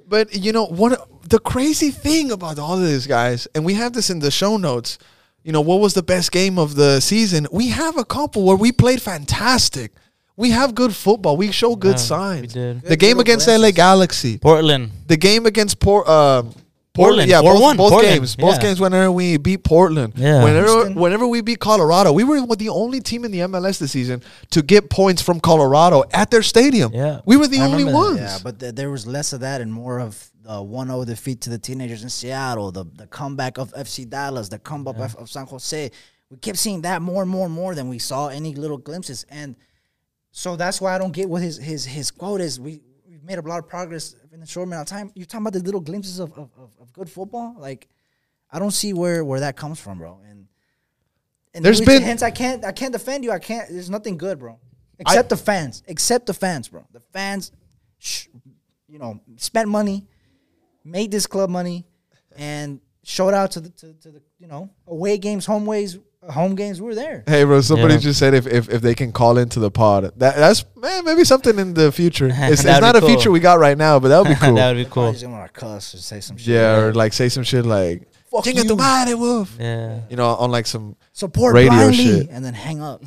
S1: But you know what? The crazy thing about all of these guys, and we have this in the show notes. You know what was the best game of the season? We have a couple where we played fantastic. We have good football. We show good
S3: Yeah, we
S1: signs.
S3: did.
S1: The game
S2: little
S1: against LA
S2: glimpses.
S1: Galaxy.
S3: Portland. [LAUGHS]
S1: The game against Port. Uh,
S3: Portland,
S1: yeah, both,
S3: 4-1,
S1: both
S3: Portland,
S1: games, both
S3: yeah.
S1: games. Whenever we beat Portland,
S3: Yeah.
S1: whenever
S2: Houston.
S1: whenever we beat Colorado, we were the only team in the MLS this season to get points from Colorado at their stadium.
S3: Yeah.
S1: we were the
S3: I
S1: only
S3: remember
S1: ones.
S3: that.
S2: yeah, but th- there was less of that and more of the 1-0 defeat to the teenagers in Seattle, the the comeback of FC Dallas, the comeback of, of San Jose. We kept seeing that more and more and more than we saw any little glimpses, and so that's why I don't get what his his his quote is. We we've made a lot of progress in a short amount of time. You're talking about the little glimpses of of, of, of good football, like. I don't see where, where that comes from, bro. And and
S1: There's
S2: which-
S1: been-
S2: hence I can't I can't defend you. I can't. There's nothing good, bro. Except the fans. Except the fans, bro. The fans, sh- you know, spent money, made this club money, and showed out to the to, to the you know away games, home ways, home games. We were there.
S1: Hey, bro, somebody
S3: Yeah.
S1: just said if, if, if they can call into the pod, that that's man, maybe something in the
S3: [LAUGHS]
S1: future. It's, it's
S3: That'd
S1: not
S3: be
S1: a feature
S3: cool.
S1: we got right now, but that would
S3: [LAUGHS]
S1: be cool.
S3: that would be
S2: I
S3: cool.
S2: just didn't want to cuss or say some shit.
S1: yeah, or like say some shit like
S2: Fuck
S1: "Chinga tu
S2: you."
S1: madre, wolf.
S3: Yeah.
S1: You know, on like some
S2: Support
S1: Radio
S2: blindly
S1: shit.
S2: and then
S1: [LAUGHS]
S2: hang up.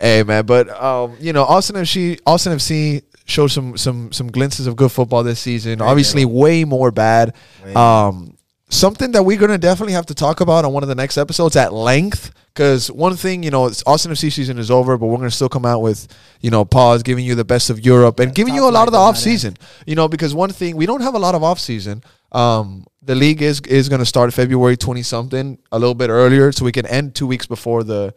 S1: hey man, but um, you know, Austin FC Austin FC showed some some some glimpses of good football this season. Obviously, way more bad. Um, something that we're gonna definitely have to talk about on one of the next episodes at length. Because one thing, you know, it's Austin FC season is over, but we're gonna still come out with, you know, pause, giving you the best of Europe and giving you a
S2: top
S1: lot of the
S2: line
S1: off
S2: does not
S1: season. You know, because one thing we don't have a lot of off season. Um, the league is is gonna start February twenty something, a little bit earlier, so we can end two weeks before the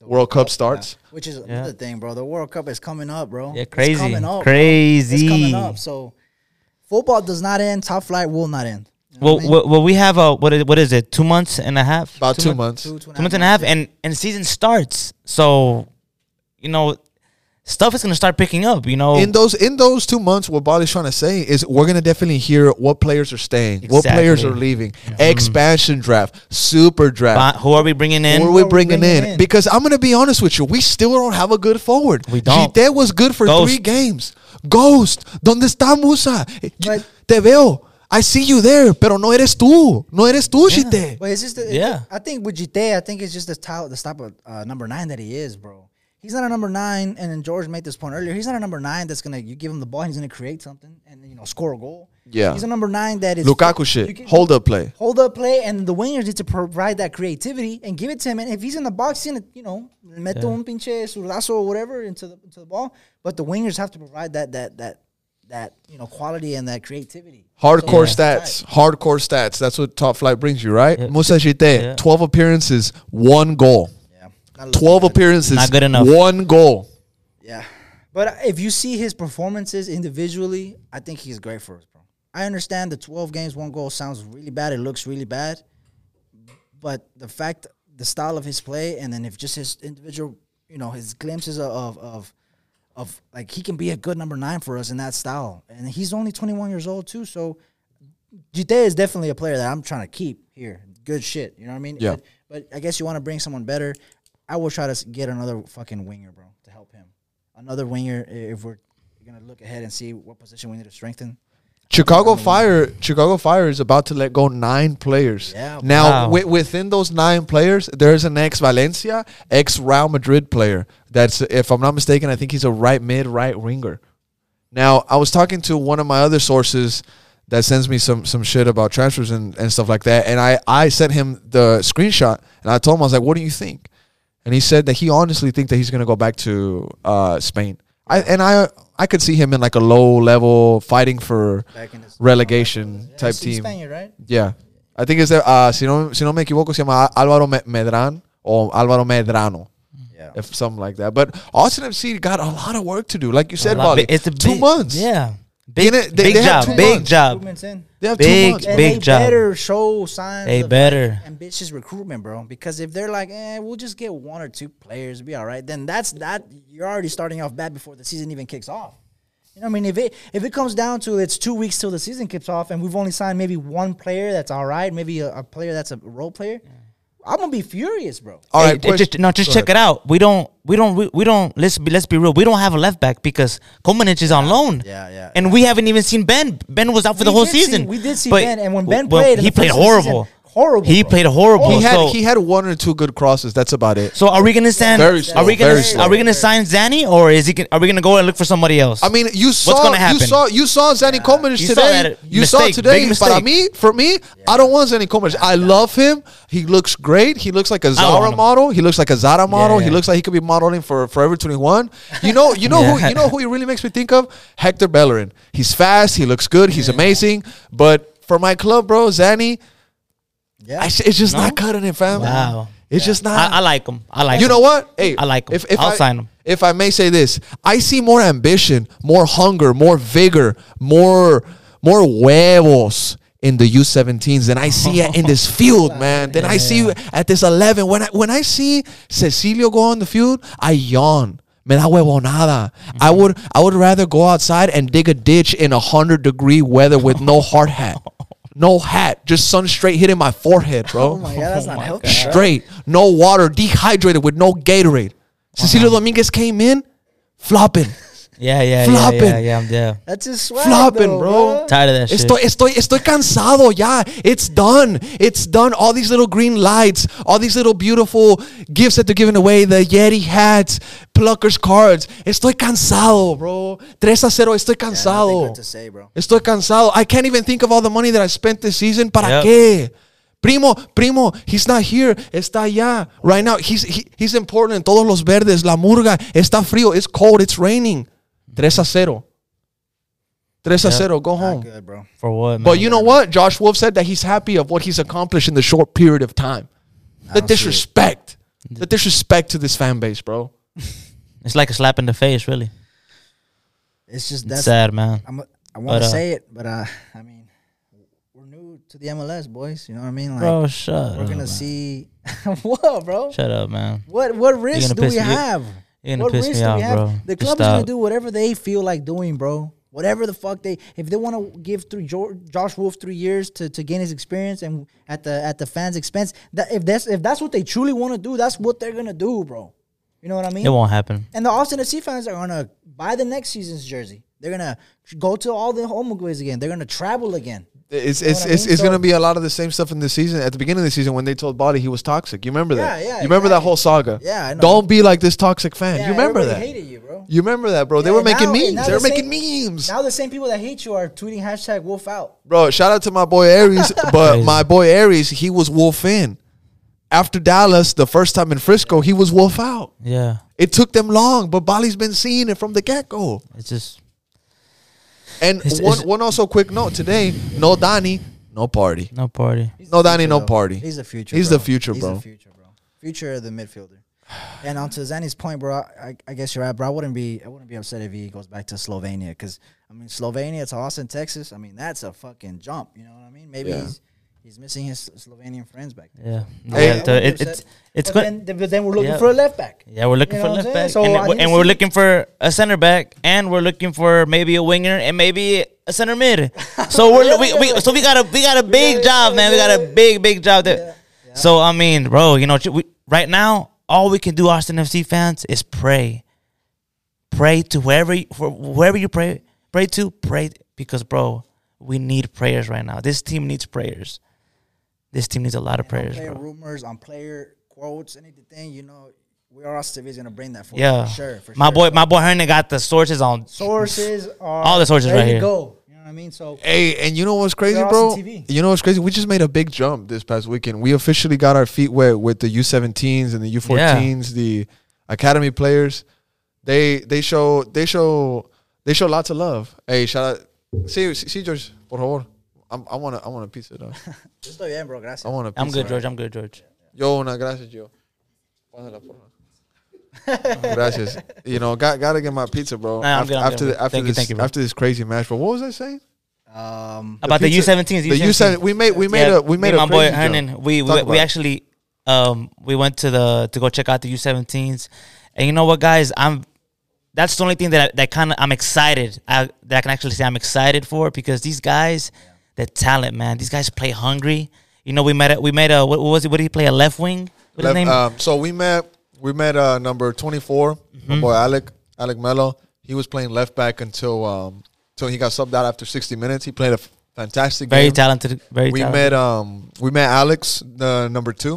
S1: World Cup starts.
S2: Which is another thing, bro. The World Cup is coming up, bro.
S3: Yeah,
S2: It's
S3: crazy.
S2: coming up, bro.
S3: Crazy.
S2: It's coming up. So football does not end. Top flight will not end. You know
S3: Well,
S2: what I mean?
S3: well, well, we have a what is what is it? Two months and a half.
S1: About two,
S3: months.
S1: months.
S2: Two, two
S3: two months and a half, and and season starts. So, you know, stuff is gonna start picking up. You know,
S1: In those in those two months, what Bobby's trying to say is we're gonna definitely hear what players are staying, what players
S3: Exactly.
S1: are leaving, expansion draft, super
S3: But
S1: draft.
S3: who are we bringing in?
S1: Who are
S2: Who
S1: we
S2: are we
S1: bringing
S2: bringing
S1: in?
S2: in?
S1: Because I'm gonna be honest with you, we still don't have a good forward.
S3: We don't.
S1: Gite was good for
S3: Ghost.
S1: three games. Ghost, donde está Musa?
S2: But-
S1: Te veo. I see you there, pero no eres tú. No eres tú,
S3: Yeah.
S1: Gite.
S2: But it's just, the,
S3: Yeah.
S2: I think with Jite, I think it's just the top, the stop of uh, number nine that he is, bro. He's not a number nine, and then George made this point earlier. He's not a number nine that's gonna you give him the ball, and he's gonna create something and you know score a goal.
S1: Yeah.
S2: he's a number nine that is
S1: Lukaku
S2: You
S1: shit.
S2: can-
S1: Hold up play.
S2: hold up play, and the wingers need to provide that creativity and give it to him. And if he's in the box, in you know, meto un pinche zurdazo or whatever into the into the ball. But the wingers have to provide that that that that you know quality and that creativity.
S1: Hardcore
S2: So-
S1: stats. Hardcore stats. That's what top flight brings you, right? Musa Gite,
S3: Yeah.
S1: 12 appearances, one goal.
S2: Yeah, Not looking
S1: 12
S2: at-
S1: appearances,
S3: Not good enough.
S1: one goal.
S2: Yeah. But if you see his performances individually, I think he's great for us, bro. I understand the 12 games, one goal sounds really bad. It looks really bad. But the fact, the style of his play, and then if just his individual, you know, his glimpses of, of, of, of like he can be a good number nine for us in that style. And he's only 21 years old, too. So Jite is definitely a player that I'm trying to keep here. Good shit. You know what I mean?
S1: Yeah.
S2: But, but I guess you want to bring someone better. I will try to s- get another fucking winger, bro, to help him. Another winger i- if we're gonna look ahead and see what position we need to strengthen.
S1: Chicago Fire, Chicago Fire is about to let go nine players.
S2: Yeah.
S1: now,
S3: Wow.
S1: wi- within those nine players, there's an ex Valencia, ex Real Madrid player. That's, if I'm not mistaken, I think he's a right mid, right winger. Now, I was talking to one of my other sources that sends me some some shit about transfers and, and stuff like that. And I, I sent him the screenshot and I told him, I was like, what do you think? And he said that he honestly think that he's going to go back to uh, Spain. I, and I I could see him in like a low level fighting for
S2: Back in his-
S1: relegation type
S2: He's
S1: team.
S2: Spaniard, right?
S1: Yeah. I think it's, the- uh, si, no, si no me equivoco, se llama Álvaro Me- Medran or Álvaro Medrano
S2: Yeah.
S1: if something like that. But Austin FC got a lot of work to do. Like you said,
S3: A lot.
S1: Bali,
S3: It's a
S1: two
S3: big-
S1: months.
S3: Yeah, big,
S1: They- they-
S3: big
S1: they had
S3: job,
S1: two
S3: big
S1: months.
S3: job.
S2: Improvements in.
S1: They have
S3: Big-
S1: two months.
S2: And
S3: big
S2: they
S3: job.
S2: better show signs
S3: They
S2: of
S3: better.
S2: ambitious recruitment, bro. Because if they're like, eh, we'll just get one or two players, be all right, then that's that you're already starting off bad before the season even kicks off. You know, what I mean, if it if it comes down to it's two weeks till the season kicks off, and we've only signed maybe one player that's all right, maybe a, a player that's a role player, I'm gonna be furious, bro.
S1: All
S3: Hey,
S1: right,
S3: it just, no, just check it out. We don't, we don't, we, we don't. Let's be, let's be real. We don't have a left back because Komanich is on loan.
S2: yeah, yeah,
S3: And we haven't even seen Ben. Ben was out for the
S2: We
S3: whole
S2: did see-
S3: season.
S2: we did see
S3: But-
S2: Ben, and when
S3: w-
S2: Ben
S3: well,
S2: played, in
S3: he
S2: the
S3: played
S2: first season,
S3: horrible.
S2: horrible.
S3: He
S2: bro.
S3: played horrible.
S1: He had
S3: so,
S1: he had one or two good crosses. That's about it.
S3: so are we gonna sign?
S1: Very slow,
S3: are we gonna
S1: very slow.
S3: are we gonna sign Zanny or is he? Gonna, are we gonna go and look for somebody else?
S1: I mean, you saw
S3: gonna happen?
S1: you saw you saw Zanny Komanich
S3: You saw
S1: today.
S3: that
S1: you saw
S3: mistake,
S1: today.
S3: big
S1: But
S3: mistake.
S1: me, for me, I don't want Zanny Komanich. I love him. He looks great. He looks like a
S3: want
S1: Zara
S3: him.
S1: model. He looks like a Zara model. He
S3: yeah.
S1: looks like he could be modeling for Forever Twenty One. You know, you know who
S3: [LAUGHS] Yeah.
S1: you know who he really makes me think of Hector Bellerin. He's fast. He looks good. He's amazing. But for my club, bro, Zanny,
S2: Yeah.
S1: I, it's just
S3: No?
S1: not cutting it, fam.
S3: Wow.
S1: It's just not.
S3: I, I like him. I like.
S1: You
S3: him.
S1: know what? Hey,
S3: I like him. I'll
S1: I,
S3: sign him.
S1: If I may say this, I see more ambition, more hunger, more vigor, more more huevos in the U17s than I see in
S3: [LAUGHS]
S1: this field, man. Than I see at this 11. When I when I see Cecilio go on the field, I yawn. Me da huevonada. I
S3: Mm-hmm.
S1: would I would rather go outside and dig a ditch in a hundred degree weather with no hard
S3: [LAUGHS]
S1: hat, no hat, just sun straight hitting my forehead, bro
S2: Oh my god, that's not healthy. bro.
S1: straight, no water, dehydrated with no Gatorade. Cecilio Dominguez came in flopping,
S3: Yeah, yeah, yeah,
S1: Flopping.
S3: yeah, yeah, I'm yeah.
S2: That's his swag,
S1: flopping,
S2: though,
S1: bro.
S3: Tired of that shit.
S1: Estoy, estoy, estoy cansado. Yeah, it's done. It's done. All these little green lights, all these little beautiful gifts that they're giving away, the Yeti hats, pluckers cards. Estoy cansado, bro. 3 a 0, estoy
S2: Nothing
S1: cansado.
S2: good to say, bro.
S1: Estoy cansado. I can't even think of all the money that I spent this season. Para
S3: Yep.
S1: qué? Primo, primo, he's not here. Está allá. Right now, he's he, he's in Portland. Todos los verdes, la murga. Está frío. It's cold. It's raining. Tres a cero. Tres a cero. Go
S2: Not
S1: home.
S2: good, bro.
S3: For what?
S1: But
S3: man?
S1: you know what? Josh Wolf said that he's happy of what he's accomplished in the short period of time. The
S2: don't see it.
S1: disrespect. The disrespect to this fan base, bro.
S3: it's like a slap in the face, really.
S2: It's just
S3: It's
S2: that's
S3: sad, man.
S2: I'm, I want
S3: But,
S2: to
S3: uh,
S2: say it, but uh, I mean, we're new to the MLS, boys. You know what I mean? Like,
S3: Bro, Oh, shut.
S2: we're
S3: up,
S2: gonna
S3: man.
S2: see. [LAUGHS] what, bro?
S3: Shut up, man.
S2: What what risk
S3: gonna
S2: do we
S3: piss me-
S2: have?
S3: you're gonna
S2: what
S3: piss
S2: risk
S3: me
S2: do
S3: off,
S2: we have?
S3: bro.
S2: The
S3: Just
S2: club is gonna
S3: stop.
S2: do whatever they feel like doing, bro. Whatever the fuck they, if they want to give through jo- Josh Wolf three years to, to gain his experience and at the at the fans' expense, that if that's if that's what they truly want to do, that's what they're gonna do, bro. You know what I mean?
S3: It won't happen.
S2: And the Austin FC fans are gonna buy the next season's jersey. They're gonna go to all the home games again. They're gonna travel again.
S1: It's
S2: know
S1: it's
S2: what I
S1: it's,
S2: mean?
S1: it's
S2: So-
S1: gonna be a lot of the same stuff in the season. At the beginning of the season, when they told Body he was toxic, you remember that?
S2: Yeah, yeah,
S1: You remember that
S2: exactly.
S1: whole saga?
S2: Yeah, I know.
S1: Don't be like this toxic fan.
S2: Yeah,
S1: you remember
S2: everybody
S1: that?
S2: Hated you, bro.
S1: You remember that, bro? they
S2: Yeah,
S1: were
S2: and
S1: making
S2: now- and
S1: memes.
S2: now
S1: They were
S2: the
S1: making
S2: same-
S1: memes,
S2: Now the same people that hate you are tweeting hashtag Wolf out.
S1: bro. Shout out to my boy
S2: [LAUGHS]
S1: Aries, but
S3: Crazy.
S1: my boy Aries, he was wolf in. After Dallas, the first time in Frisco, he was wolf out.
S3: Yeah,
S1: It took them long, but Bali's been seeing it from the get go.
S3: it's just
S1: And
S3: It's-
S1: one,
S3: it's-
S1: one also quick note today: no Donnie, no party.
S3: no party.
S2: He's
S1: No
S2: the
S1: Danny,
S2: future,
S1: no
S2: though.
S1: party.
S2: He's the future.
S1: He's
S2: bro.
S1: the future,
S2: He's
S1: bro.
S2: the future, bro. Future of the midfielder. And on to Zanny's point, bro, I, I guess you're right, bro. I wouldn't be, I wouldn't be upset if he goes back to Slovenia, because I mean, Slovenia to Austin, Texas. I mean, that's a fucking jump. You know what I mean? Maybe
S1: Yeah.
S2: he's he's missing his Slovenian friends back. There.
S3: Yeah,
S1: Hey.
S3: yeah. the- it, it's it's
S2: but
S3: good.
S2: Then, but then we're looking
S3: Yeah.
S2: for a left back.
S3: Yeah, we're looking
S2: You
S3: for
S2: know what
S3: left
S2: I'm
S3: back,
S2: saying? So
S3: and,
S2: I
S3: w-
S2: need
S3: and
S2: to
S3: we're
S2: see-
S3: looking for a center back, and we're looking for maybe a winger and maybe a
S2: [LAUGHS]
S3: center mid. So we're
S2: Yeah,
S3: we,
S2: yeah,
S3: we so we got a we got a big job, man. We got a big big job there. So I mean, bro, you know, ch- we, right now all we can do, Austin FC fans, is pray, pray to whoever you, for whoever you pray pray to pray because, bro, we need prayers right now. This team needs prayers. This team needs a lot of
S2: On
S3: prayers,
S2: player
S3: bro.
S2: rumors, on player quotes, anything. You know, we are Austin is gonna bring that for
S3: Yeah,
S2: you, for sure. For
S3: my
S2: sure.
S3: boy, my boy Hernan got the sources on
S2: sources are
S3: All the sources
S2: ready
S3: right
S2: to
S3: here.
S2: Go. You know what I mean? So
S1: Hey, and you know what's crazy,
S2: They're
S1: bro?
S2: awesome TV.
S1: You know what's crazy? We just made a big jump this past weekend. We officially got our feet wet with the U17s and the U14s, the academy players. They they show they show they show lots of love. Hey, shout out. See, see, George, por favor. I'm, I want to I want a pizza though.
S2: estoy bien, bro. Gracias.
S1: I want a pizza.
S3: [LAUGHS] I'm good, George. I'm good, George.
S1: Yo, una gracias, yo. Pásala, porfa. gracias. You know, got gotta get my pizza, bro.
S3: Nah, Ah, I'm
S1: after
S3: good, I'm
S1: after,
S3: good.
S1: the- after
S3: Thank you,
S1: this
S3: thank you, bro.
S1: after this crazy match, but what was I saying?
S2: Um,
S3: About Uh, the
S1: pizza-
S3: U17s.
S1: The U17. We made we made
S3: Yeah,
S1: a we
S3: me
S1: made
S3: and
S1: a
S3: my boy
S1: crazy jump.
S3: Hernan. We
S1: Talk
S3: we,
S1: about
S3: we
S1: it.
S3: actually um we went to the to go check out the U17s, and you know what, guys, I'm that's the only thing that I, that kind of I'm excited I, that I can actually say I'm excited for because these guys, the talent, man. These guys play hungry. You know, we met a, we met a what, what was it? What did he play? A left wing? What
S1: Left- um, so we met we met uh, number 24,
S3: Mm-hmm.
S1: my boy Alec Alec Mello. He was playing left back until um until he got subbed out after 60 minutes. He played a f- fantastic
S3: Very
S1: game.
S3: talented. Very
S1: we
S3: talented.
S1: met um we met Alex the number 2.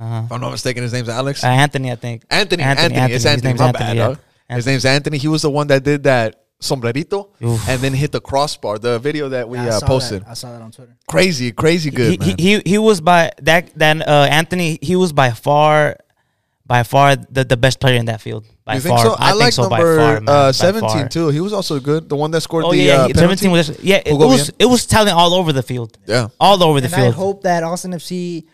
S3: Uh-huh.
S1: If I'm not mistaken his name's Alex.
S3: uh, Anthony, I think.
S1: Anthony, Anthony, it's
S3: His
S1: Anthony.
S3: name's
S1: My bad,
S3: yeah.
S1: dog. His name's Anthony. He was the one that did that sombrerito
S3: Oof.
S1: and then hit the crossbar. The video that we
S2: I
S1: uh,
S2: saw
S1: posted,
S2: That. I saw that on Twitter.
S1: crazy, crazy good.
S3: he,
S1: man.
S3: he he he was by that then uh, Anthony he was by far by far the, the best player in that field by
S1: you think
S3: far
S1: so? I,
S3: think
S1: like
S3: so
S1: number
S3: by far man,
S1: uh,
S3: by
S1: seventeen
S3: far.
S1: too. He was also good. The one that scored
S3: oh
S1: the
S3: yeah
S1: uh,
S3: he-
S1: penalty.
S3: 17 was yeah it,
S1: Hugo
S3: was it was talent all over the field
S1: Yeah.
S3: all over the
S2: and I
S3: field
S2: hope that Austin FC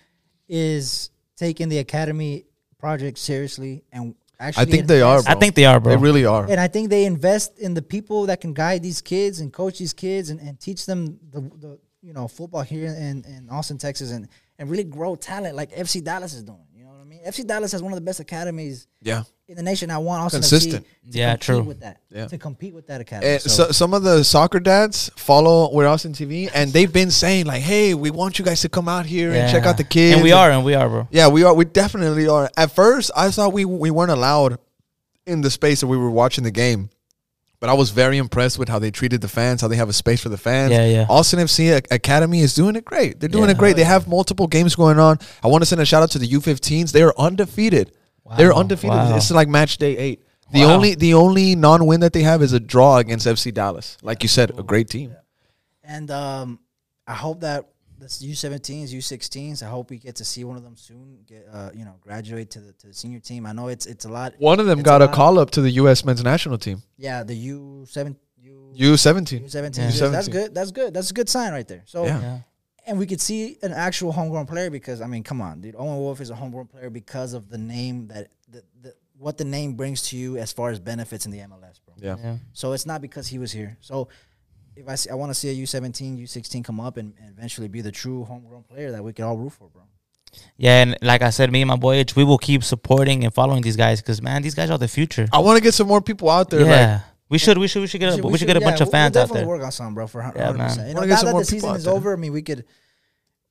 S2: is taking the academy project seriously and actually.
S1: I think they are.
S2: invest-
S1: Bro.
S3: I think they are, bro.
S1: They really are.
S2: And I think they invest in the people that can guide these kids and coach these kids and, and teach them the, the you know football here in, in Austin, Texas, and and really grow talent like FC Dallas is doing. You know what I mean? FC Dallas has one of the best academies
S1: Yeah.
S2: in the nation. I want Austin
S1: Consistent.
S2: FC to
S3: Yeah,
S2: compete
S3: true.
S2: With that,
S1: Yeah.
S2: to compete with that academy.
S1: And
S2: so,
S1: so, some of the soccer dads follow with us in TV, and they've been saying like, "Hey, we want you guys to come out here and check
S3: Yeah.
S1: out the kids."
S3: and we are and we are bro
S1: Yeah, we are. We definitely are. At first, I thought we we weren't allowed in the space that we were watching the game, but I was very impressed with how they treated the fans, how they have a space for the fans.
S3: Yeah, yeah.
S1: Austin FC Ac- Academy is doing it great. They're doing
S3: Yeah.
S1: it great. They have multiple games going on. I want to send a shout out to the U15s. They are undefeated. They're
S3: Wow.
S1: undefeated.
S3: Wow.
S1: It's like match day eight. The
S3: Wow.
S1: only the only non win that they have is a draw against FC Dallas. Like you said, a great team.
S2: and um, I hope that this U17s, U16s. I hope we get to see one of them soon. Get uh, you know, graduate to the to the senior team. I know it's it's a lot.
S1: One of them
S2: It's
S1: got
S2: a
S1: a
S2: lot.
S1: call up to the U.S. men's national team.
S2: Yeah, the U seven U
S1: U seventeen.
S2: seventeen.
S1: Yeah.
S2: That's
S1: 17.
S2: good. That's good. That's a good sign right there. So
S1: Yeah.
S3: yeah
S2: and we could see an actual homegrown player because I mean, come on, dude. Owen Wolf is a homegrown player because of the name that the, the what the name brings to you as far as benefits in the MLS, bro.
S1: Yeah.
S3: yeah
S2: So it's not because he was here. So if I see, I want to see a U seventeen, U sixteen come up and, and eventually be the true homegrown player that we can all root for, bro.
S3: yeah and like I said me and my boy Itch we will keep supporting and following these guys because man these guys are the future
S1: I want to get some more people out there. Like,
S3: yeah we should we should we should get a, we should get a
S2: yeah,
S3: bunch of
S2: we'll-
S3: fans
S2: we'll
S3: out there
S2: Definitely work on something, bro. For
S3: Yeah,
S2: hundred
S3: man.
S2: percent. You know,
S1: Wanna
S2: now
S1: get some
S2: that
S1: more
S2: the
S1: people
S2: season
S1: out
S2: is
S1: there.
S2: over, I mean, we could.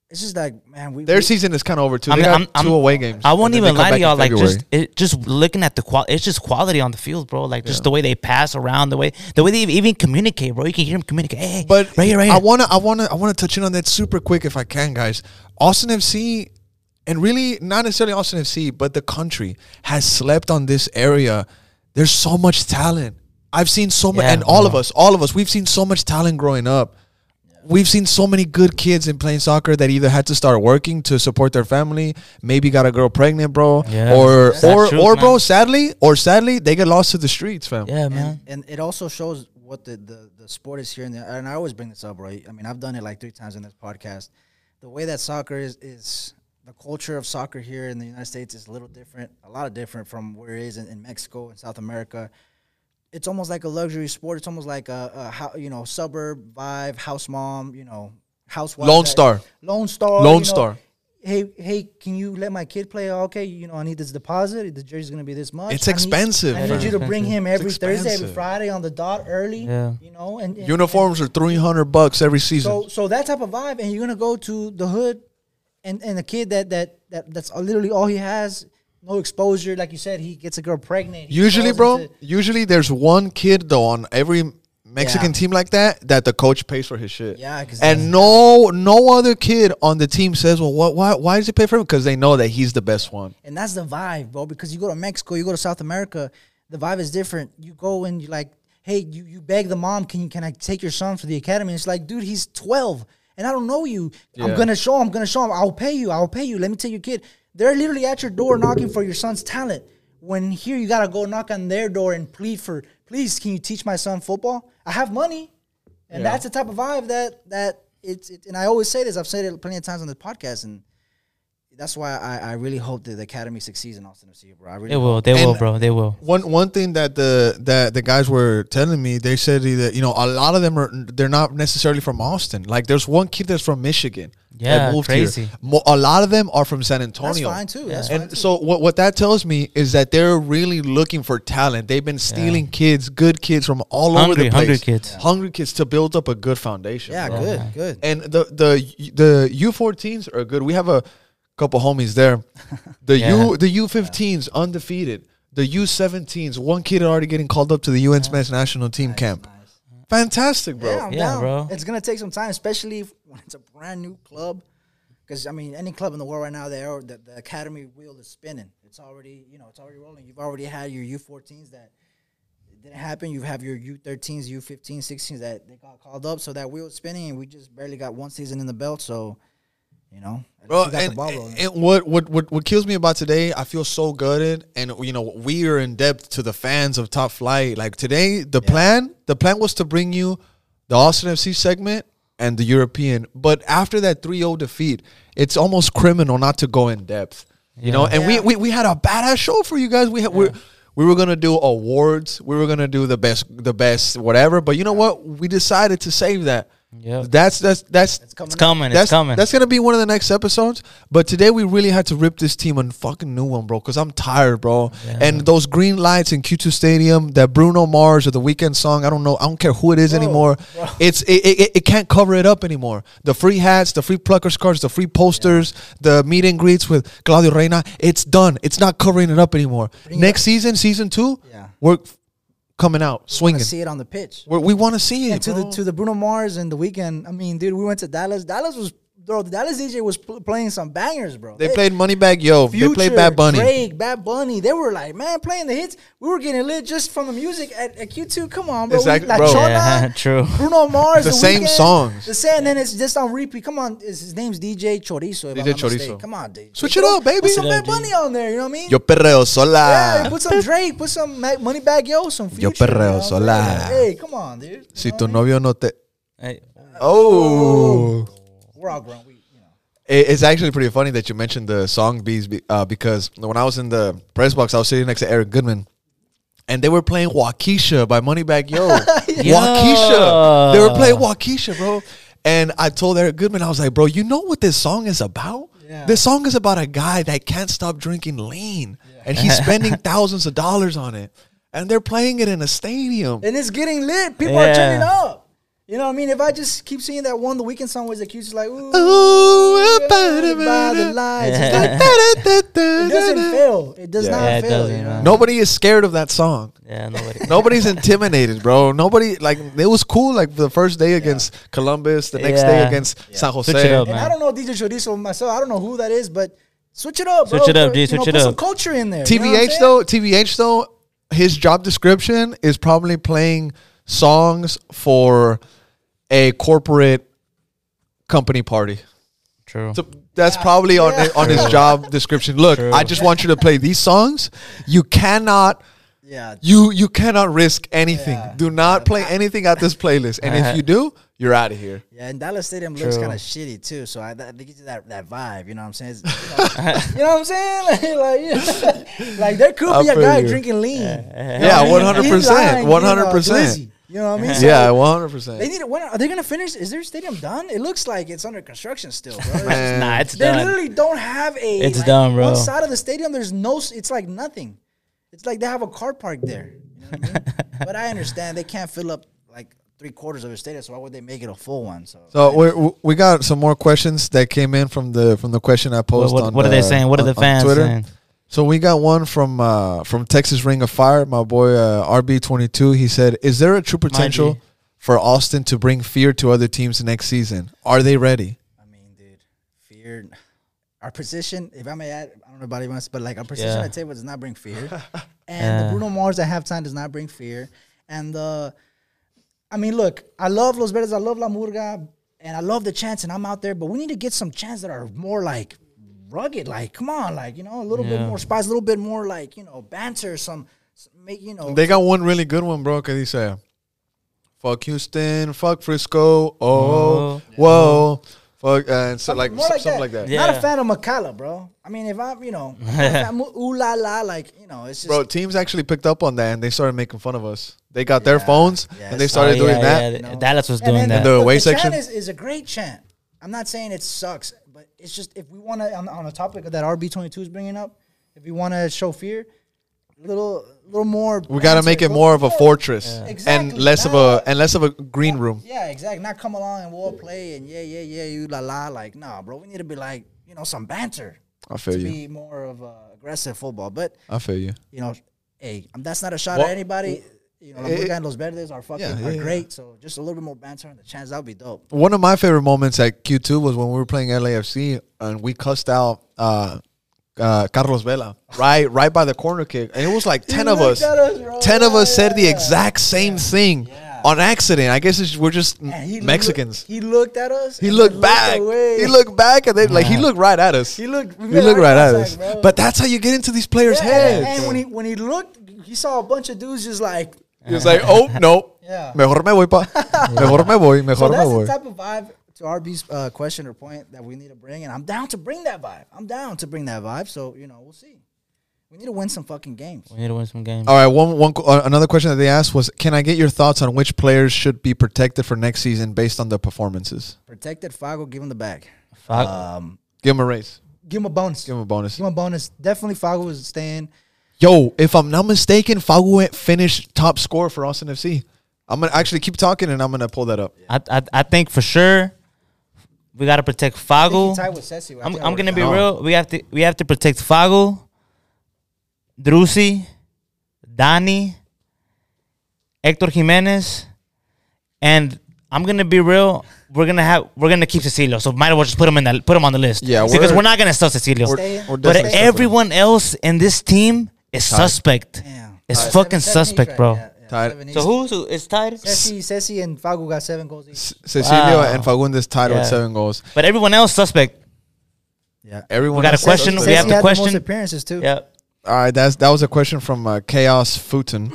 S2: It's just like man, we
S1: Their
S2: we-
S1: season is kind of over too.
S3: I
S1: They
S3: mean,
S1: got
S3: I'm- I'm-
S1: two away games.
S3: I
S1: and
S3: won't
S1: then
S3: even
S1: they come
S3: lie
S1: back
S3: to
S1: in
S3: y'all. Like
S1: February.
S3: just it, just looking at the quality, it's just quality on the field, bro. Like just the way they pass around, the way the way they even communicate, bro. You can hear them communicate. Hey,
S1: but
S3: right here, right here.
S1: I wanna, I wanna, I wanna touch in on that super quick if I can, guys. Austin FC, and really not necessarily Austin FC, but the country has slept on this area. There's so much talent. I've seen so much,
S3: Yeah,
S1: and all of
S3: bro.
S1: us, all of us, we've seen so much talent growing up. We've seen so many good kids in playing soccer that either had to start working to support their family, maybe got a girl pregnant, bro,
S3: Yeah.
S1: or
S3: That's
S1: or
S3: the truth,
S1: or bro,
S3: man.
S1: sadly, or sadly, they get lost to the streets, fam.
S3: yeah,
S2: and,
S3: man.
S2: and it also shows what the, the, the sport is here and there. And I always bring this up, right? I mean, I've done it like three times in this podcast. The way that soccer is is the culture of soccer here in the United States is a little different, a lot of different from where it is in, in Mexico and South America. It's almost like a luxury sport. It's almost like a, a hou- you know suburb vibe, house mom, you know, housewife.
S1: Lone
S2: that-
S1: Star.
S2: Lone Star,
S1: Lone
S2: you know,
S1: Star.
S2: Hey, hey, can you let my kid play? Okay, you know, I need this deposit. The jersey's gonna be this much.
S1: It's
S2: I need-
S1: expensive,
S2: I
S1: man.
S2: need you to bring him
S1: It's
S2: every Thursday, every
S1: expensive.
S2: Friday on the dot early.
S3: Yeah.
S2: You know, and, and-
S1: Uniforms are three hundred bucks every season.
S2: So so that type of vibe, and you're gonna go to the hood, and and a kid that that that that's literally all he has, no exposure. Like you said, he gets a girl pregnant. he
S1: usually,
S2: falls
S1: bro.
S2: into-
S1: Usually, there's one kid though on every Mexican
S2: Yeah.
S1: team like that that the coach pays for his shit.
S2: Yeah, 'cause
S1: and no, no other kid on the team says, "Well, what, why, why does he pay for him?" Because they know that he's the best one.
S2: And that's the vibe, bro. Because you go to Mexico, you go to South America, the vibe is different. You go and you like, hey, you, you beg the mom, can you can I take your son to the academy? And it's like, dude, he's twelve, and I don't know you.
S1: Yeah.
S2: I'm gonna show him. I'm gonna show him. I'll pay you. I'll pay you. Let me tell your kid. They're literally at your door knocking for your son's talent. When here you gotta go knock on their door and plead for, please, can you teach my son football? I have money, and that's the type of vibe that that it's. It, and I always say this. I've said it plenty of times on this podcast, and that's why I, I really hope that the academy succeeds in Austin FC, bro. I really
S3: They will.
S2: hope.
S3: They will,
S1: And-
S3: bro. They will.
S1: One one thing that the that the guys were telling me, they said that you know a lot of them are they're not necessarily from Austin. Like there's one kid that's from Michigan. that
S3: Yeah,
S1: moved here.
S3: crazy.
S1: Mo- a lot of them are from San Antonio.
S2: That's fine too. That's fine
S1: And
S2: too.
S1: so what what that tells me is that they're really looking for talent. They've been stealing kids, good kids from all over
S3: Hungry-
S1: the place,
S3: hungry kids.
S1: hungry kids to build up a good foundation.
S2: yeah,
S1: bro.
S2: good, good.
S1: And the the the U14s are good. We have a couple homies there. The
S3: Yeah.
S1: U the U15s undefeated. The U17s, one kid already getting called up to the UN Smash national team camp. Fantastic, Oh, bro.
S2: Yeah, I'm
S3: Yeah,
S2: down.
S3: bro.
S2: It's gonna take some time, especially if when it's a brand new club. Because I mean, any club in the world right now, they're the, the academy wheel is spinning. It's already, you know, it's already rolling. You've already had your U14s that didn't happen. You have your U13s, U15s, 16s that they got called up. So that wheel is spinning, and we just barely got one season in the belt. So, you know, at
S1: Bro,
S2: least we got
S1: and,
S2: the ball rolling.
S1: and what, what what what kills me about today, I feel so gutted, and you know we are in depth to the fans of Top Flight. Like today, the plan the plan was to bring you the Austin FC segment and the European, but after that 3-0 defeat, it's almost criminal not to go in depth. You know, and
S2: Yeah.
S1: we, we we had a badass show for you guys. We had we we were gonna do awards, we were gonna do the best the best whatever, but you know what? We decided to save that.
S3: Yep.
S1: That's that's that's
S2: it's coming.
S3: It's
S2: up.
S3: coming.
S1: that's
S3: it's coming.
S1: That's gonna be one of the next episodes. But today we really had to rip this team a fucking new one, bro. Cause I'm tired, bro. And those green lights in Q2 Stadium, that Bruno Mars or the Weekend song, I don't know, I don't care who it is anymore. It's it, it, it- it can't cover it up anymore. The free hats, the free pluckers cards, the free posters, the meet and greets with Claudio Reyna. It's done. It's not covering it up anymore. next season, season two,
S2: Yeah.
S1: we're f- coming out swinging.
S2: to see it on the pitch.
S1: We're, we want to see it.
S2: And to the
S1: bro.
S2: to the Bruno Mars and the weekend. I mean, dude, we went to Dallas. Dallas was bro. The Dallas DJ was pl- playing some bangers, bro.
S1: they played Moneybag Yo. they played Bad Bunny.
S2: Drake, Bad Bunny. They were like, man, playing the hits. We were getting lit just from the music at, at Q2. Come on, bro.
S1: Exactly,
S2: we, La
S1: bro.
S2: Chona,
S3: Yeah, [LAUGHS] true.
S2: Bruno Mars.
S1: The same
S2: Weeknd,
S1: songs.
S2: The same, and then it's just on repeat. Come on, it's, his name's DJ Chorizo. If
S1: DJ
S2: I'm not mistaken.
S1: Chorizo.
S2: Come on, dude.
S1: Switch it up, baby.
S2: Put some
S1: Switch it
S2: Bad
S1: up,
S2: Bunny on there. You know what I mean?
S1: Yo perreo sola.
S2: Yeah, put some Drake, put some Ma- Moneybag Yo, some future.
S1: Yo perreo
S2: you know?
S1: sola.
S2: Hey, come on, dude. You
S1: Si
S2: know
S1: tu
S2: what I mean?
S1: novio no te.
S3: Hey,
S1: Oh.
S2: We're all grown. We, you know.
S1: It- It's actually pretty funny that you mentioned the song bees be- uh, because when I was in the press box, I was sitting next to Eric Goodman. And they were playing Waukesha by Moneybag Yo. Waukesha. They were playing Waukesha, bro. And I told Eric Goodman, I was like, bro, you know what this song is about?
S2: Yeah.
S1: This song is about a guy that can't stop drinking lean. And he's spending thousands of dollars on it. And they're playing it in a stadium.
S2: and it's getting lit. People are
S3: Yeah.
S2: turning up. You know what I mean? If I just keep seeing that one, the weekend song was accused, like, ooh,
S1: Ooh,
S2: by the lights. It's like, it
S3: [LAUGHS]
S2: doesn't fail. It does
S1: Yeah.
S2: not
S3: Yeah, it
S2: fail.
S3: doesn't,
S2: you know?
S3: no.
S1: Nobody is scared of that song.
S3: yeah, nobody.
S1: Nobody's intimidated, bro. Nobody like it was cool like the first day against Columbus, the next day
S3: Yeah.
S1: against San Jose.
S3: Switch it up,
S2: And
S3: man.
S2: I don't know DJ Chorizo myself. I don't know who that is, but switch it up, bro.
S3: Switch it up,
S2: You
S3: dude,
S2: know,
S3: switch it
S2: put some
S3: up.
S2: culture in there. you know what I'm
S1: TVH
S2: saying?
S1: though, TVH though, his job description is probably playing songs for a corporate company party.
S3: True.
S1: So that's probably on on his job description. Look, I just want you to play these songs. You cannot
S2: Yeah.
S1: You you cannot risk anything. Do not play anything out this playlist. And
S3: [LAUGHS]
S1: if you do, you're out of here.
S2: Yeah, and Dallas Stadium looks
S3: True.
S2: kind of shitty too, so I that, that gives you that, that vibe. You know what
S1: [LAUGHS]
S2: I'm saying? It's- you, know, you know what I'm saying? [LAUGHS] Like, like, yeah. [LAUGHS] like there could
S1: I
S2: be a
S1: feel
S2: guy
S1: you.
S2: drinking lean.
S1: Yeah, one hundred
S2: He's lying,
S1: percent,
S2: you know,
S1: one hundred
S2: glizzy.
S1: percent.
S2: You know what I mean? So-
S1: Yeah, one hundred
S2: They
S1: percent.
S2: need it. When are, are they gonna finish? Is their stadium done? It looks like it's under construction
S1: [LAUGHS]
S2: still, bro. It's just-
S1: Man.
S3: nah, it's
S2: they
S3: done.
S2: literally don't have a.
S3: It's
S2: like,
S3: done, bro.
S2: One side of the stadium, there's no. s- It's like nothing. It's like they have a car park there. You know what I mean?
S3: [LAUGHS]
S2: but I understand they can't fill up like three quarters of a stadium, so why would they make it a full one? So,
S1: So we we got some more questions that came in from the from the question I
S3: What,
S1: posted.
S3: what,
S1: on
S3: what are they
S1: the-
S3: saying? What are
S1: on-
S3: the
S1: on
S3: fans
S1: Twitter.
S3: saying?
S1: So we got one from uh, from Texas Ring of Fire, my boy uh, RB22. He said, "Is there a true potential
S3: G.
S1: for Austin to bring fear to other teams next season? Are they ready?"
S2: I mean, dude, fear. Our position, if I may add, I don't know about anyone else, but like our position
S3: Yeah.
S2: at the table does not bring
S1: [LAUGHS]
S2: fear, and the Bruno Mars at halftime does not bring fear, and the. I mean, look, I love Los Verdes, I love La Murga, and I love the chants, and I'm out there, but we need to get some chants that are more like rugged, like come on, like you know, a little bit
S3: Yeah.
S2: more spice, a little bit more like you know, banter, some, some make you know,
S1: They got one really good one, bro, because he said, fuck Houston, fuck Frisco, oh,
S3: Oh.
S1: whoa, Fuck, and so like
S2: More
S1: some- something like that.
S3: Yeah.
S2: Not a fan of Makala, bro. I mean, if I'm, you
S3: [LAUGHS]
S2: know, if I'm ooh la la, like you know, it's just
S1: Bro, teams actually picked up on that and they started making fun of us. They got their
S2: Yeah.
S1: phones
S2: Yes.
S1: and they started
S3: Oh, yeah,
S1: doing that.
S3: yeah, th- Dallas was
S2: And
S3: doing
S2: then
S1: And
S3: that.
S1: the
S2: but
S1: away
S2: chant
S1: section?
S2: is, is a great chant. I'm not saying it sucks, but it's just if we want to on, on a topic that RB22 is bringing up, if we want to show fear, a little little more.
S1: We got to
S2: banter,
S1: make it
S2: go-
S1: more of a
S2: yeah,
S1: fortress
S2: Exactly.
S1: and less of
S2: Nah.
S1: a and less of a green room.
S2: Yeah, exactly. Not come along and we'll play and yeah, yeah, yeah, you la la. Like, nah, bro. We need to be like you know some banter
S1: I
S2: to
S1: feel you.
S2: be more of uh, aggressive football. But
S1: I feel you.
S2: you know, hey, um, that's not a shot
S1: Well,
S2: at anybody. You know,
S1: it-
S2: Lamborghini and Los Verdes are fucking
S1: Yeah,
S2: are
S1: yeah, yeah.
S2: great. So just a little bit more banter and the chance that would be dope.
S1: One of my favorite moments at Q2 was when we were playing LAFC and we cussed out uh, uh, Carlos Vela right right by the corner kick, and it was like ten of us.
S2: looked at us, bro.
S1: ten of us said the
S2: Yeah.
S1: exact same thing
S2: Yeah.
S1: on accident. I guess it's, we're just
S2: And he loo-
S1: Mexicans.
S2: he looked at us.
S1: He
S2: and
S1: looked
S2: then
S1: back.
S2: away.
S1: He looked back, and then like he looked right at us.
S2: He looked.
S1: He looked right at us.
S2: bro.
S1: But that's how you get into these players'
S2: Yeah,
S1: heads.
S2: And when he when he looked, he saw a bunch of dudes just like.
S1: He was like, "Oh no,
S2: Yeah.
S1: mejor me voy
S2: [LAUGHS]
S1: pa, mejor me voy, mejor
S2: So
S1: me
S2: that's the
S1: voy."
S2: type of vibe to RB's uh, question or point that we need to bring, and I'm down to bring that vibe. I'm down to bring that vibe. So you know, we'll see. We need to win some fucking games.
S3: We need to win some games.
S1: All right, one one qu- uh, another question that they asked was, "Can I get your thoughts on which players should be protected for next season based on their performances?"
S2: Protected Fago, give him the bag.
S3: Fuck.
S2: Um,
S1: Give him a raise.
S2: give him a bonus.
S1: Give him a bonus.
S2: Give him a bonus. Definitely Fago was staying.
S1: Yo, if I'm not mistaken, Fagu finished top scorer for Austin FC. I'm gonna actually keep talking, and I'm gonna pull that up.
S3: I, I I think for sure we gotta protect
S2: I think
S3: Fago.
S2: he tied with Sessi. I
S3: I'm,
S2: think I
S3: I'm
S2: wrote
S3: gonna
S2: it
S3: be
S1: down.
S3: real. We have to we have to protect Fago, Drusi, Dani, Hector Jimenez, and I'm gonna be real. We're gonna have we're gonna keep Cecilio, so might as well just put him in that put him on the list.
S1: Yeah,
S3: because
S1: we're-
S3: we're not gonna sell Cecilio.
S2: Stay-
S3: But
S1: definitely still
S3: everyone else in this team is suspect.
S2: Damn.
S3: It's
S2: Alright.
S3: fucking
S2: Seven- seven
S3: suspect,
S2: each, right?
S3: bro.
S2: Yeah, yeah,
S1: Tied.
S2: seven
S3: So
S2: each.
S3: who's who is tied?
S2: Ceci, Ceci, and Fago got seven goals each.
S1: C- Cecilio
S3: Wow.
S1: and Fagundes tied
S3: Yeah.
S1: with seven goals.
S3: But everyone else suspect.
S2: Yeah.
S1: Everyone
S3: We got a
S1: else-
S3: question, we
S2: Ceci
S3: have to
S2: had the
S3: question-
S2: most appearances too.
S3: Yeah.
S1: All right, that's that was a question from uh, Chaos Futin.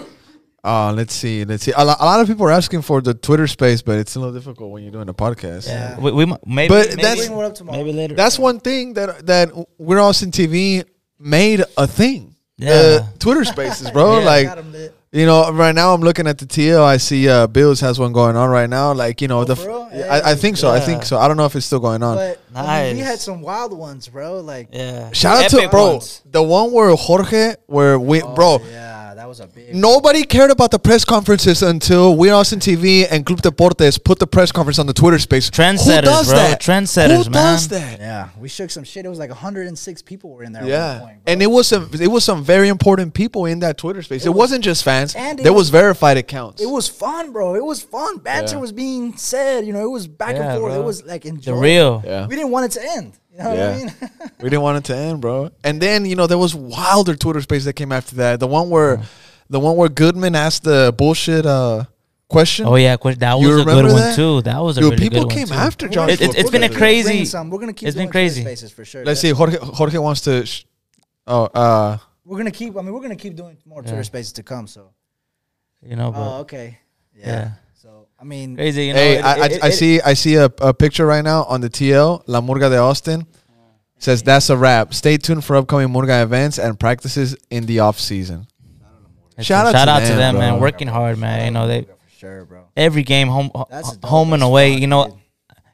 S1: Uh, let's see, let's see. A, lo- a lot of people are asking for the Twitter space, but it's a little difficult when you're doing a podcast.
S2: Yeah.
S3: We, we mu- maybe,
S1: But
S3: maybe,
S1: that's-
S2: We're up tomorrow.
S3: maybe later.
S1: That's one thing that that We're Austin TV made a thing.
S3: Yeah.
S1: Uh, Twitter spaces,
S2: [LAUGHS]
S1: bro.
S3: Yeah.
S1: Like
S2: Got 'em lit.
S1: you know, right now I'm looking at the TL. I see uh, Bills has one going on right now. Like you know, the
S2: Oh, for real?
S1: f- I, I think so. I
S3: Yeah.
S1: think so. I don't know if it's still going on.
S2: But I mean, we
S3: oh, Nice.
S2: had some wild ones, bro. Like,
S3: yeah.
S1: Shout out to
S3: Epic
S1: bro,
S3: ones.
S1: the one where Jorge, where we bro.
S2: Oh, yeah, that was a big.
S1: Nobody cared about the press conferences until We Are Austin TV and Club Deportes put the press conference on the Twitter space.
S3: Trendsetters,
S1: Who does
S3: bro.
S1: that?
S3: Trendsetters,
S1: Who does
S3: man.
S1: that?
S2: Yeah, we shook some shit. It was like 106 people were in there. At one
S1: Yeah,
S2: point, bro.
S1: and it was some it was some very important people in that Twitter space. It, was, not just fans.
S2: and it
S1: There was
S2: was-
S1: verified accounts.
S2: it was fun, bro. It was fun. Banter
S1: Yeah.
S2: was being said. You know, it was back
S3: Yeah,
S2: and forth.
S3: bro.
S2: It was like
S3: The
S2: enjoyable.
S3: real.
S2: [LAUGHS]
S1: yeah,
S2: We didn't want it to end. You know what I
S1: Yeah.
S3: [LAUGHS]
S2: mean?
S1: we didn't want it to end, bro. And then you know there was wilder Twitter space that came after that. The one where,
S2: Mm-hmm.
S1: the one where Goodman asked the bullshit uh, question.
S3: [LAUGHS] Oh yeah, que- that
S1: You
S3: was a good
S1: remember
S3: one
S1: that?
S3: too. That was a
S1: Dude,
S3: really
S1: people
S3: good
S1: came
S3: one too.
S1: after Josh.
S3: It- it- it's
S1: Wolf.
S3: been a crazy-
S2: Bring some. We're gonna keep.
S3: It's been
S2: doing Twitter
S3: crazy.
S2: Spaces for sure.
S1: Let's see. Jorge, Jorge wants to. Sh- oh, uh,
S2: We're gonna keep. I mean, we're gonna keep doing more Twitter
S3: Yeah.
S2: Spaces to come. So.
S3: You know, but
S2: Oh, okay. Yeah.
S3: Yeah.
S2: So I mean,
S3: crazy. You know,
S1: hey,
S3: it-
S1: I, I,
S3: it-
S1: I
S3: it-
S1: see I see a, a picture right now on the TL La Murga de Austin. Says that's a wrap. Stay tuned for upcoming Murga events and practices in the off season.
S3: it's-
S1: shout out to them,
S3: them, man.
S1: bro.
S3: Working hard, man. You know, they
S2: for sure, bro.
S3: every game home,
S2: That's a dope
S3: home and
S2: ass
S3: away.
S2: spot,
S3: You know,
S2: dude.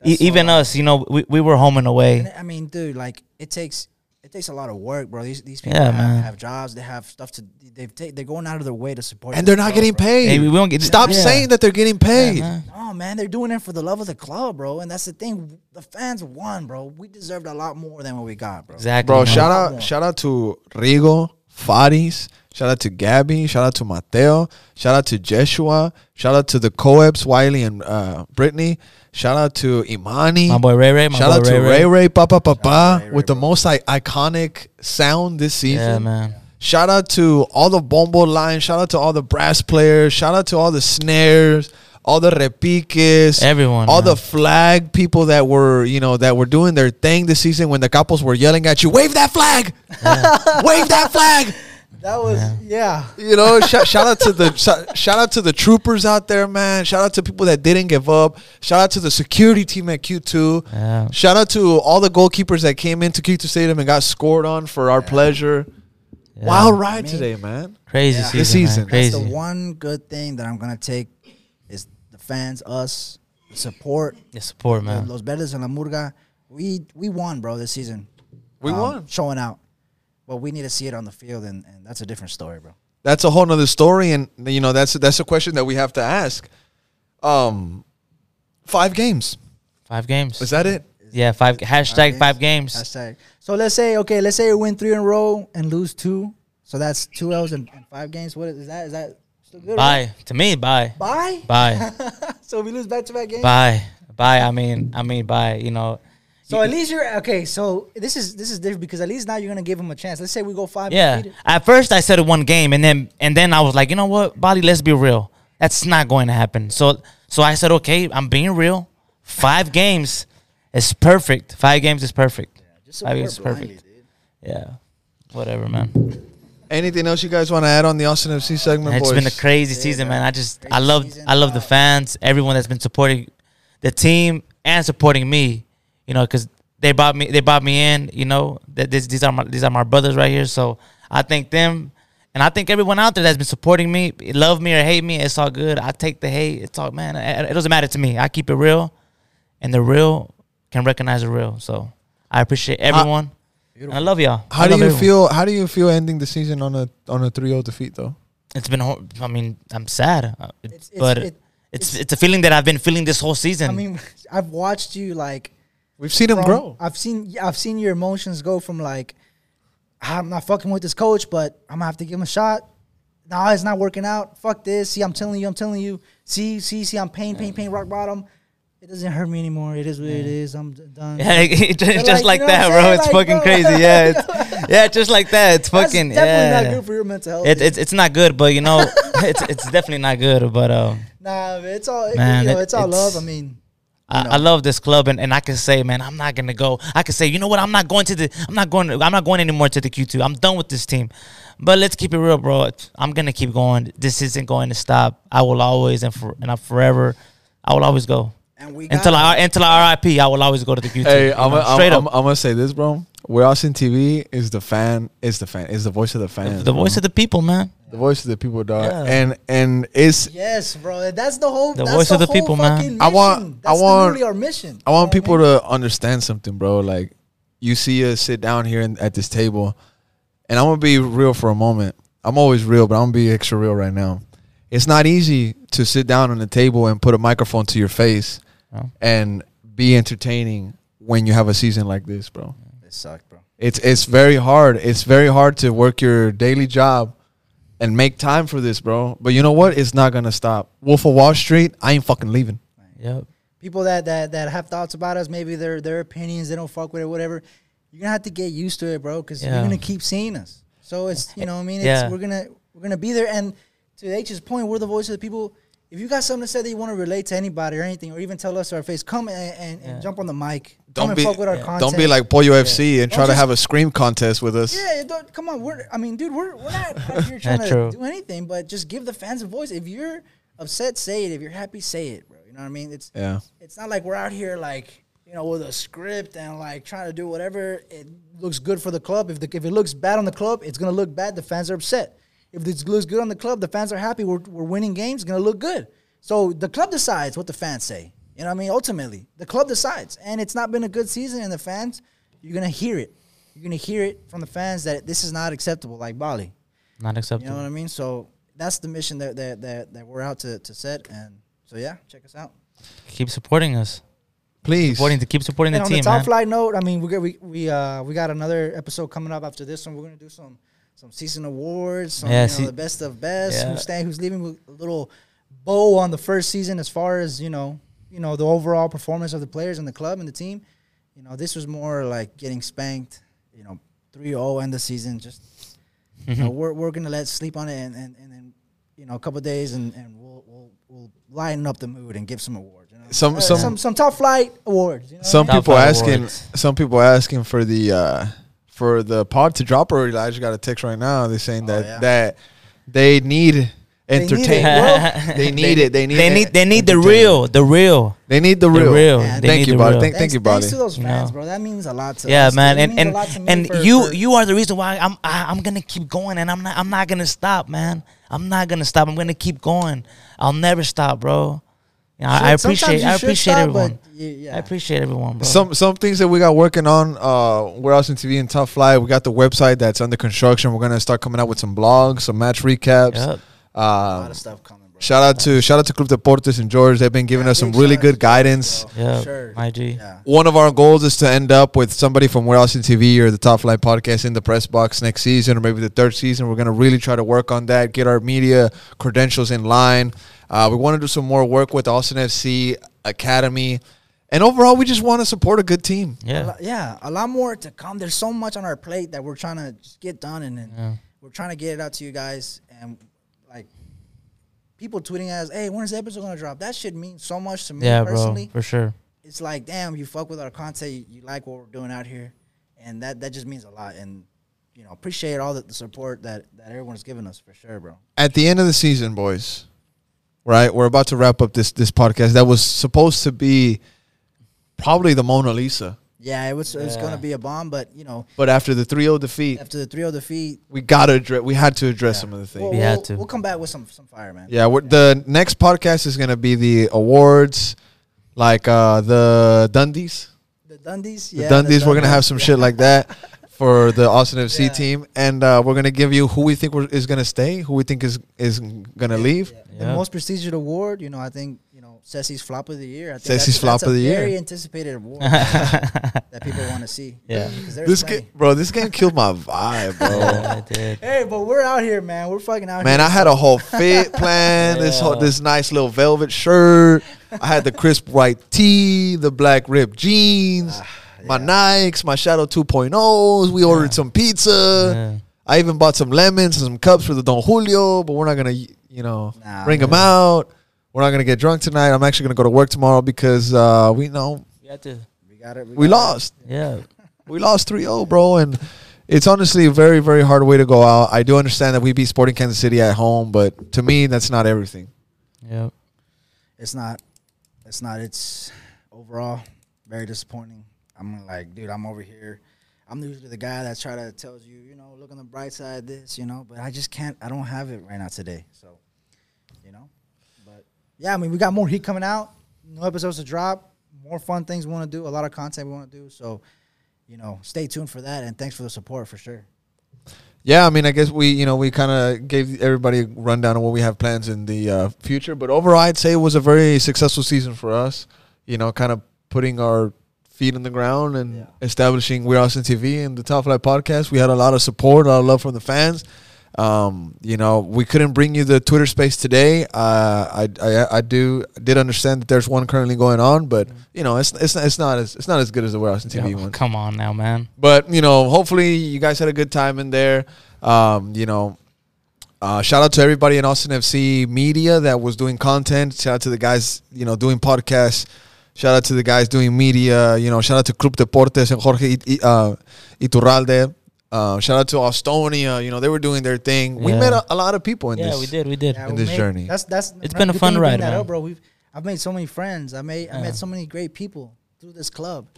S3: e-
S2: That's
S3: even
S2: all.
S3: us. You know, we, we were home and away.
S2: And I mean, dude, like it takes it takes a lot of work, bro. These these people
S3: Yeah, man.
S2: have, have jobs. They have stuff to. They've ta- they're going out of their way to support.
S1: And they're
S2: this
S1: not
S2: club,
S1: getting
S2: bro.
S1: paid.
S3: Hey, we won't get-
S1: Stop
S3: Yeah.
S1: saying that they're getting paid.
S3: man.
S2: No, man, they're doing it for the love of the club, bro. And that's the thing. The fans won, bro. We deserved a lot more than what we got, bro.
S3: Exactly,
S1: Bro,
S3: man.
S1: shout
S2: Yeah.
S1: out shout out to Rigo, Faris, shout out to Gabby, shout out to Mateo, shout out to Jeshua, shout out to the co-eps Wiley and uh, Brittany, shout out to Imani.
S3: my boy Ray Ray. My
S1: Shout
S3: boy
S1: out
S3: Ray
S1: to Ray Ray Papa
S2: Ray
S1: Papa
S2: Ray,
S1: with the
S2: bro.
S1: most like, iconic sound this season.
S3: Yeah, man.
S1: Shout out to all the bombo lines. Shout out to all the brass players. Shout out to all the snares, all the repiques,
S3: Everyone,
S1: all
S3: man.
S1: the flag people that were you know that were doing [LAUGHS] their thing this season. When the capos were yelling at you, wave that flag, wave that flag.
S2: That was yeah.
S1: You know, shout, shout out to the shout, shout out to the troopers out there, man. Shout out to people that didn't give up. Shout out to the security team at Q2.
S3: Yeah.
S1: Shout out to all the goalkeepers that came into Q2 Stadium and got scored on for our pleasure.
S3: Yeah.
S1: Wild ride
S2: mean-
S1: today, man.
S3: Crazy
S2: Yeah.
S3: season.
S1: This
S3: man.
S1: season.
S3: Crazy.
S2: That's the one good thing that I'm gonna take is the fans, us, the support,
S3: The support,
S2: the
S3: man.
S2: Los Verdes and La Murga. We we won, bro, this season.
S1: We
S2: Um,
S1: won.
S2: showing out. But we need to see it on the field, and, and that's a different story, bro.
S1: That's a whole nother story, and you know that's that's a question that we have to ask. Um, five games
S3: Five games.
S1: is that it?
S3: yeah, five. Hashtag five games.
S2: Hashtag. So let's say okay, let's say you win three in a row and lose two. So that's two L's and, and five games. What is, is that? Is that still good? right?
S3: Bye to me. Bye.
S2: Bye. [LAUGHS]
S3: Bye.
S2: So we lose back to back games.
S3: bye. Bye. I mean, I mean, bye. You know.
S2: So at least you're okay. So this is this is different because at least now you're gonna give him a chance. Let's say we go five.
S3: Yeah.
S2: undefeated.
S3: At first, I said it one game, and then and then I was like, you know what, Bali? Let's be real. That's not going to happen. So so I said, okay, I'm being real. Five games is perfect. Five games is perfect.
S2: Just support
S3: Five games is
S2: blindly,
S3: perfect.
S2: dude.
S3: Yeah. Whatever, man.
S1: Anything else you guys want to add on the Austin FC segment?
S3: It's
S1: boys?
S3: been a crazy
S2: Yeah,
S3: season, man.
S2: man.
S3: I just I
S2: Crazy
S3: love
S2: season.
S3: I love the
S2: Wow.
S3: fans, everyone that's been supporting the team and supporting me. You know, because they bought me they bought me in. You know, that this, these are my these are my brothers right here. So I thank them, and I thank everyone out there that's been supporting me, love me or hate me. It's all good. I take the hate. It's all man. It, it doesn't matter to me. I keep it real, and the real can recognize the real. So I appreciate everyone. and I love y'all. I
S1: How do
S3: love
S1: you
S3: everyone.
S1: feel? How do you feel ending the season on a on a 3-0 defeat though?
S3: It's been. hor- I mean, I'm sad, uh, it-
S2: It's- it's-
S3: but
S2: it-
S3: it's, it's a feeling that I've been feeling this whole season.
S2: I mean, [LAUGHS] I've watched you like
S1: We've seen him
S2: from-
S1: grow.
S2: I've seen I've seen your emotions go from like I'm not fucking with this coach, but I'm gonna have to give him a shot. Nah, it's not working out. Fuck this. See, I'm telling you, I'm telling you. See, see, see, I'm pain, pain, pain, rock bottom. It doesn't hurt me anymore. It is what it is. I'm d- done.
S3: [LAUGHS] yeah, it- it's just,
S2: like,
S3: like
S2: you know
S3: that,
S2: what I'm
S3: bro.
S2: saying?
S3: It's
S2: Like,
S3: fucking
S2: bro. [LAUGHS]
S3: crazy. Yeah, it's, yeah, just like that. It's
S2: That's
S3: fucking
S2: definitely
S3: yeah.
S2: not good for your mental health.
S3: It, it's it's not good, but you know, [LAUGHS] it's it's definitely not good. But um,
S2: nah, man, it's all
S3: Man,
S2: you know,
S3: it-
S2: it's all
S3: it's-
S2: love. I mean,
S3: I, I love this club, and, and I can say, man, I'm not gonna go. I can say, you know what? I'm not going to the. I'm not going. to- I'm not going anymore to the Q2. I'm done with this team. But let's keep it real, bro. It's- I'm gonna keep going. This isn't going to stop. I will always and for, and I forever. I will always go
S2: and we
S3: until
S2: got
S3: I until I RIP. I will always go to the Q2.
S1: Hey,
S3: you
S1: I'm,
S3: know,
S1: I'm,
S3: straight
S1: I'm,
S3: up.
S1: I'm gonna say this, bro. Where Austin TV is the fan, is the fan, is the voice of the fan,
S3: the voice of the people, man.
S1: the voice of the people, dog.
S3: Yeah.
S1: And and it's
S2: yes, bro. That's the whole.
S3: The
S2: that's
S3: voice
S2: the
S3: of the
S2: whole
S3: people, man.
S2: fucking
S1: I want-
S2: mission.
S1: I
S2: That's
S1: want-
S2: literally our mission.
S1: I want
S2: You know
S1: people
S2: what
S1: to understand something, bro. Like you see us sit down here in, at this table, and I'm gonna be real for a moment. I'm always real, but I'm gonna be extra real right now. It's not easy to sit down on the table and put a microphone to your face
S3: No.
S1: and be entertaining when you have a season like this, bro.
S2: I mean? It sucked, bro.
S1: It's it's very hard. It's very hard to work your daily job and make time for this, bro. But you know what? It's not gonna stop. Wolf of Wall Street, I ain't fucking leaving.
S3: Yep.
S2: people that that that have thoughts about us, maybe their their opinions, they don't fuck with it, whatever. You're gonna have to get used to it, bro, because
S3: Yeah.
S2: you're gonna keep seeing us. So it's you know, what I mean, it's,
S3: Yeah.
S2: we're gonna we're gonna be there. And to H's point, we're the voice of the people. If you got something to say that you want to relate to anybody or anything, or even tell us to our face, come and, and,
S3: Yeah.
S2: and jump on the mic.
S1: Don't
S2: come
S1: be-
S2: and fuck with our
S3: yeah.
S2: content.
S1: Don't be like Pollo FC and
S2: Don't
S1: try to
S2: just-
S1: have a scream contest with us.
S2: Yeah, it don't, come on. We're, I mean, dude, we're, we're not out
S3: [LAUGHS]
S2: here trying to
S3: true.
S2: do anything, but just give the fans a voice. If you're upset, say it. If you're happy, say it, bro. You know what I mean? It's
S1: Yeah.
S2: It's not like we're out here like you know with a script and like trying to do whatever. It looks good for the club. If the, if it looks bad on the club, it's gonna look bad. The fans are upset. If it looks good on the club, the fans are happy. We're we're winning games. It's gonna look good. So the club decides what the fans say. You know what I mean? Ultimately, the club decides. And it's not been a good season, and the fans, you're gonna hear it. You're gonna hear it from the fans that this is not acceptable. Like Bali,
S3: Not
S2: you
S3: acceptable.
S2: know what I mean? So that's the mission that that that, that we're out to, to set. And so yeah, check us out.
S3: Keep supporting us.
S1: Please.
S3: Supporting to keep supporting the
S2: And on
S3: team,
S2: the top
S3: man.
S2: flight note, I mean, we got we we uh we got another episode coming up after this one. We're gonna do some some season awards, some
S3: Yeah,
S2: you know,
S3: see-
S2: the best of best,
S3: yeah.
S2: who's staying, who's leaving, with a little bow on the first season as far as you know, you know the overall performance of the players and the club and the team. You know, this was more like getting spanked. You know, 3-0 end the season. Just you
S3: Mm-hmm.
S2: know, we're we're gonna let sleep on it and and, and then you know a couple days and and we'll we'll we'll lighten up the mood and give some awards. You know?
S1: Some-
S2: Uh,
S1: some-
S2: some some top flight awards. You know?
S1: Some
S3: Top
S1: people
S3: five
S1: asking
S3: awards.
S1: some people asking for the uh for the pod to drop already. I just got a text right now. They're saying that
S2: Oh, yeah.
S1: that they need
S2: need it,
S3: [LAUGHS]
S1: entertainment. They need it. They need.
S3: They
S1: en-
S3: need they need the
S1: entertainment.
S3: real, the real.
S1: They need the
S3: The
S1: real.
S3: real.
S2: Yeah,
S3: They
S1: thank
S3: need
S1: you,
S3: the
S1: buddy.
S3: real.
S1: Thank, thank
S2: Thanks-
S1: you, buddy.
S2: thanks to those
S3: You
S2: fans,
S3: know.
S2: bro. That means a lot to
S3: yeah,
S2: us.
S3: man,
S2: That
S3: and
S2: means a lot to
S3: and,
S2: me
S3: and
S2: for-
S3: you
S2: for-
S3: you are the reason why I'm I, I'm gonna keep going, and I'm not I'm not gonna stop, man. I'm not gonna stop. I'm gonna keep going. I'll never stop, bro. You know, I, I
S2: Shit, sometimes
S3: appreciate
S2: you
S3: I
S2: should
S3: appreciate
S2: stop,
S3: everyone.
S2: but you- yeah.
S3: I appreciate everyone,
S1: [LAUGHS]
S3: bro.
S1: Some some things that we got working on. Uh, we're awesome TV and Tough Fly. We got the website that's under construction. We're gonna start coming out with some blogs, some match recaps.
S3: Yup.
S1: Uh,
S2: a lot of stuff coming, bro.
S1: shout out to shout out to Club Deportes and George. They've been giving us some
S2: Big
S1: really
S2: shout out to
S1: good
S2: you guys,
S1: guidance.
S2: bro.
S3: yeah,
S2: Sure.
S3: my G.
S2: Yeah.
S1: One of our goals is to end up with somebody from Where Else in TV or the Top Flight podcast in the press box next season or maybe the third season. We're going to really try to work on that, get our media credentials in line. Uh, we want to do some more work with Austin FC Academy. And overall, we just want to support a good team.
S2: A
S3: Yeah,
S2: lot- yeah, a lot more to come. There's so much on our plate that we're trying to just get done, and, and we're trying to get it out to you guys. And like people tweeting at us, "Hey, when's the episode gonna drop?" That shit means so much to me
S3: yeah, bro,
S2: personally. [LAUGHS]
S3: for sure.
S2: It's like, damn, you fuck with our content, you, you like what we're doing out here, and that that just means a lot. And you know, appreciate all the, the support that that everyone's giving us for sure, bro.
S1: At the end of the season, boys, right? We're about to wrap up this, this podcast that was supposed to be probably the Mona Lisa.
S2: Yeah, it was it was
S3: Yeah.
S2: gonna be a bomb, but you know,
S1: But after the 3 0 defeat,
S2: after the 3-0 defeat,
S1: we got to address, we had to address some of the things.
S2: we'll,
S3: We
S2: we'll,
S3: had to.
S2: we'll come back with some some fire, man.
S1: Yeah, we're, the next podcast is gonna be the awards, like uh, the Dundies.
S2: The Dundies,
S1: The
S2: yeah,
S1: Dundies. We're gonna have
S2: Dundies,
S1: some
S2: yeah.
S1: shit like that for the Austin FC
S2: Yeah.
S1: team, and uh, we're gonna give you who we think we're, is gonna stay, who we think is is gonna leave.
S2: The
S3: Yeah.
S2: most prestigious award, you know, I think, you know, Ceci's flop of the year. I think
S1: Ceci's Flop of the year.
S2: Very anticipated
S3: [LAUGHS]
S2: award that people want to see.
S3: Yeah.
S2: 'Cause there's
S1: This
S2: plenty.
S1: game, bro. This game killed my vibe, bro.
S3: Yeah, I did.
S2: Hey, but we're out here, man. We're fucking out
S1: Man,
S2: here.
S1: I had a whole
S3: [LAUGHS]
S1: fit plan. This whole,
S3: Yeah.
S1: this nice little velvet shirt. I had the crisp white tee, the black ripped jeans,
S3: Ah,
S1: my Nikes, my Shadow 2.0s. We ordered some pizza.
S3: Yeah.
S1: I even bought some lemons and some cups for the Don Julio, but we're not gonna, you know,
S2: Nah,
S1: bring them out. We're not gonna get drunk tonight. I'm actually gonna go to work tomorrow because uh, we know
S3: We had to.
S2: we got it.
S1: we
S2: got it.
S1: lost.
S3: Yeah,
S1: We lost 3-0, bro, and it's honestly a very, very hard way to go out. I do understand that we beat Sporting Kansas City at home, but to me, that's not everything.
S3: yeah.
S2: It's not. It's not. It's overall very disappointing. I'm like, dude, I'm over here. I'm usually the guy that try to tells you, you know, look on the bright side, of this, you know, but I just can't. I don't have it right now today. So, you know, but yeah, I mean, we got more heat coming out, new episodes to drop, more fun things we want to do, a lot of content we want to do. So, you know, stay tuned for that, and thanks for the support for sure.
S1: Yeah, I mean, I guess we, you know, we kind of gave everybody a rundown of what we have plans in the uh, future. But overall, I'd say it was a very successful season for us. You know, kind of putting our feet on the ground and
S2: Yeah.
S1: establishing We're Austin TV and the Top Flight podcast. We had a lot of support, a lot of love from the fans. Um, you know, we couldn't bring you the Twitter space today. Uh, I, I, I do did understand that there's one currently going on, but you know, it's it's, it's not as it's not as good as the We're Austin TV
S3: Yeah,
S1: one.
S3: Come on now, man.
S1: But you know, hopefully you guys had a good time in there. Um, you know, uh, shout out to everybody in Austin FC media that was doing content. Shout out to the guys, you know, doing podcasts. Shout out to the guys doing media. You know, shout out to Club Deportes and Jorge It- It- uh, Iturralde. Uh, shout out to Austonia. You know, they were doing their thing. We
S3: Yeah.
S1: met a, a lot of people in
S3: Yeah,
S1: this.
S3: we did. We did.
S2: Yeah,
S1: in
S2: we
S1: this
S2: made-
S1: journey.
S2: That's that's.
S3: It's been a
S2: good
S3: fun
S2: thing you bring
S3: ride,
S2: that
S3: man.
S2: up, bro. We've I've made so many friends. I made I
S3: Yeah.
S2: met so many great people through this club.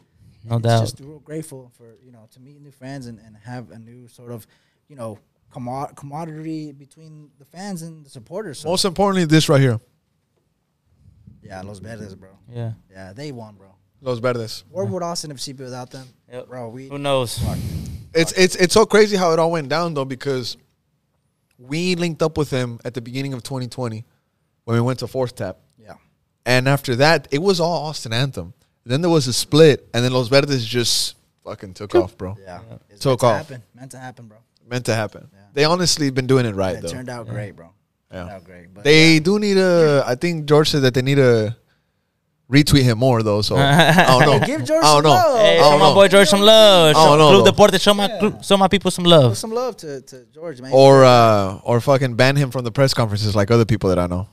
S3: No
S2: it's
S3: doubt.
S2: Just real grateful for you know to meet new friends and, and have a new sort of you know commo- commodity between the fans and the supporters. So,
S1: Most importantly, this right here,
S2: yeah, Los Verdes, bro.
S3: Yeah.
S2: Yeah, they won, bro.
S1: Los Verdes.
S2: Where would Austin FC be without them, bro? We
S3: Who knows?
S1: It's it's it's so crazy how it all went down though because we linked up with him at the beginning of 2020 when we went to Fourth Tap,
S2: yeah.
S1: and after that it was all Austin Anthem. Then there was a split, and then Los Verdes just fucking took off, bro.
S2: Yeah, it's
S1: Took
S2: meant to
S1: off.
S2: happen. Meant to happen, bro.
S1: Meant to happen.
S2: Yeah.
S1: They honestly been doing it right
S2: And it
S1: though.
S2: turned out great, bro. Turned
S1: Yeah.
S2: out great. But
S1: they do need a. I think George said that they need to retweet him more though.
S3: [LAUGHS]
S1: So I don't know.
S2: give George
S1: I don't
S2: some
S1: know.
S2: love.
S3: Hey,
S1: I
S3: show
S1: don't
S3: my
S1: know.
S3: boy George some love.
S1: I
S3: Show
S1: don't know,
S3: Club
S1: though.
S3: Deportes, show my cl- show my people some
S2: Show
S3: love.
S2: some love to, to
S1: Oh,
S2: George, man.
S3: [LAUGHS]
S1: Or uh, or fucking ban him from the press conferences like other people that I know.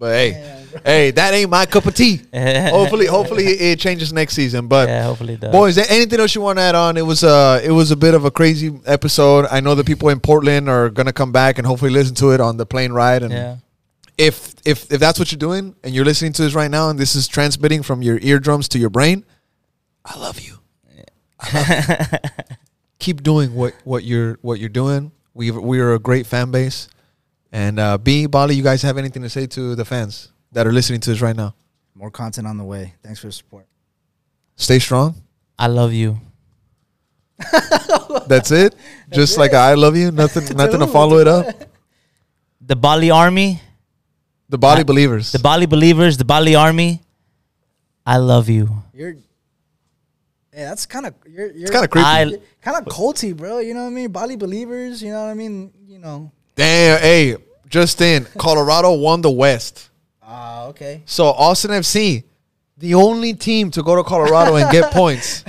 S1: But hey, hey, that ain't my cup of
S3: [LAUGHS]
S1: tea. hopefully, hopefully it changes next season. But
S3: Yeah, hopefully it does.
S1: Boy, is there anything else you want to add on? It was uh it was a bit of a crazy episode. I know the people in Portland are gonna come back and hopefully listen to it on the plane ride. And [LAUGHS]
S3: yeah. [LAUGHS]
S1: if if if that's what you're doing and you're listening to this right now and this is transmitting from your eardrums to your brain, I love you. I love you. Keep doing what what you're what you're doing. We we are a great fan base. And uh, B Bali, you guys have anything to say to the fans that are listening to this right now?
S2: More content on the way. Thanks for the support.
S1: Stay strong.
S3: I love you.
S1: That's it. Just like I love you.
S2: [LAUGHS]
S1: Nothing nothing to follow it up.
S3: The Bali Army,
S1: The Bali Believers.
S3: the Bali Believers, the Bali Army. I love you.
S2: You're. Yeah, that's kind of you're, you're
S1: it's kind of creepy.
S3: I-
S2: kind of culty, bro. You know what I mean? Bali believers. You know what I mean? You know.
S1: Damn. Hey, just in, Colorado won the West.
S2: Ah, okay.
S1: So Austin FC, the only team to go to Colorado and
S2: [LAUGHS]
S1: get points.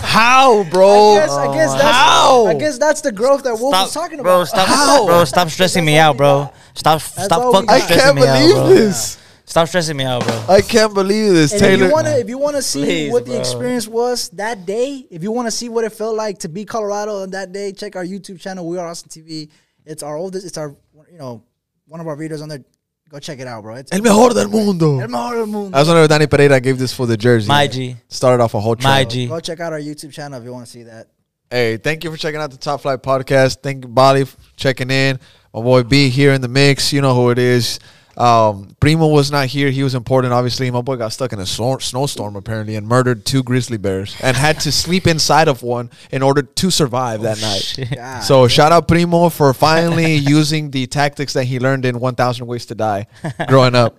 S1: How, bro?
S2: I guess, I guess that's
S1: How?
S2: I guess that's the growth that Wolf was talking
S3: bro,
S2: about.
S3: stop, bro, stop stressing me out, bro. Stop,
S2: all
S3: stop
S2: we
S3: fucking
S1: I
S2: got.
S1: can't
S3: stressing me out,
S1: believe
S3: bro.
S1: this.
S3: Stop stressing me out, bro.
S1: I can't believe this,
S2: And if
S1: Taylor.
S2: you wanna, if you wanna see
S3: Please,
S2: what the
S3: bro.
S2: experience was that day, if you wanna see what it felt like to be Colorado on that day, check our YouTube channel. We are Austin TV. It's our oldest. It's our you know one of our videos on there. Go check it out, bro. It's
S1: El mejor del mundo.
S2: El Mejor del Mundo.
S1: I was wondering if Danny Pereira gave this for the jersey.
S3: My G.
S1: Started off a whole
S3: My
S1: track.
S3: G.
S2: Go check out our YouTube channel if you wanna see that.
S1: Hey, thank you for checking out the Top Flight Podcast. Thank you, Bali, for checking in. My boy B here in the mix. You know who it is. Um, Primo was not here. He was important, obviously. My boy got stuck in a snor- snowstorm, apparently, and murdered two grizzly bears and had to sleep inside of one in order to survive that night.
S2: God.
S1: So, shout out Primo for finally [LAUGHS] using the tactics that he learned in 1000 Ways to Die growing up.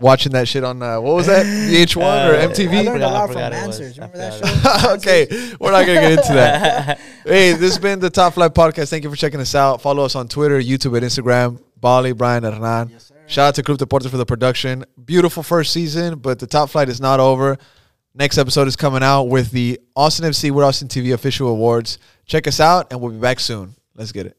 S1: Watching that shit on, uh, what was that? VH1 or MTV?
S2: I learned a
S3: forgot- I
S2: lot from
S3: forgot it was.
S2: Answers.
S3: I
S2: Remember that
S3: forgot
S1: [LAUGHS]
S2: show?
S1: okay, we're not gonna get into that. hey, this has been the Top Flight Podcast. Thank you for checking us out. Follow us on Twitter, YouTube, and Instagram. Bali, Brian, Hernan. Shout out to Club Deportes for the production. Beautiful first season, but the Top Flight is not over. Next episode is coming out with the Austin FC We're Austin TV official awards. Check us out, and we'll be back soon. Let's get it.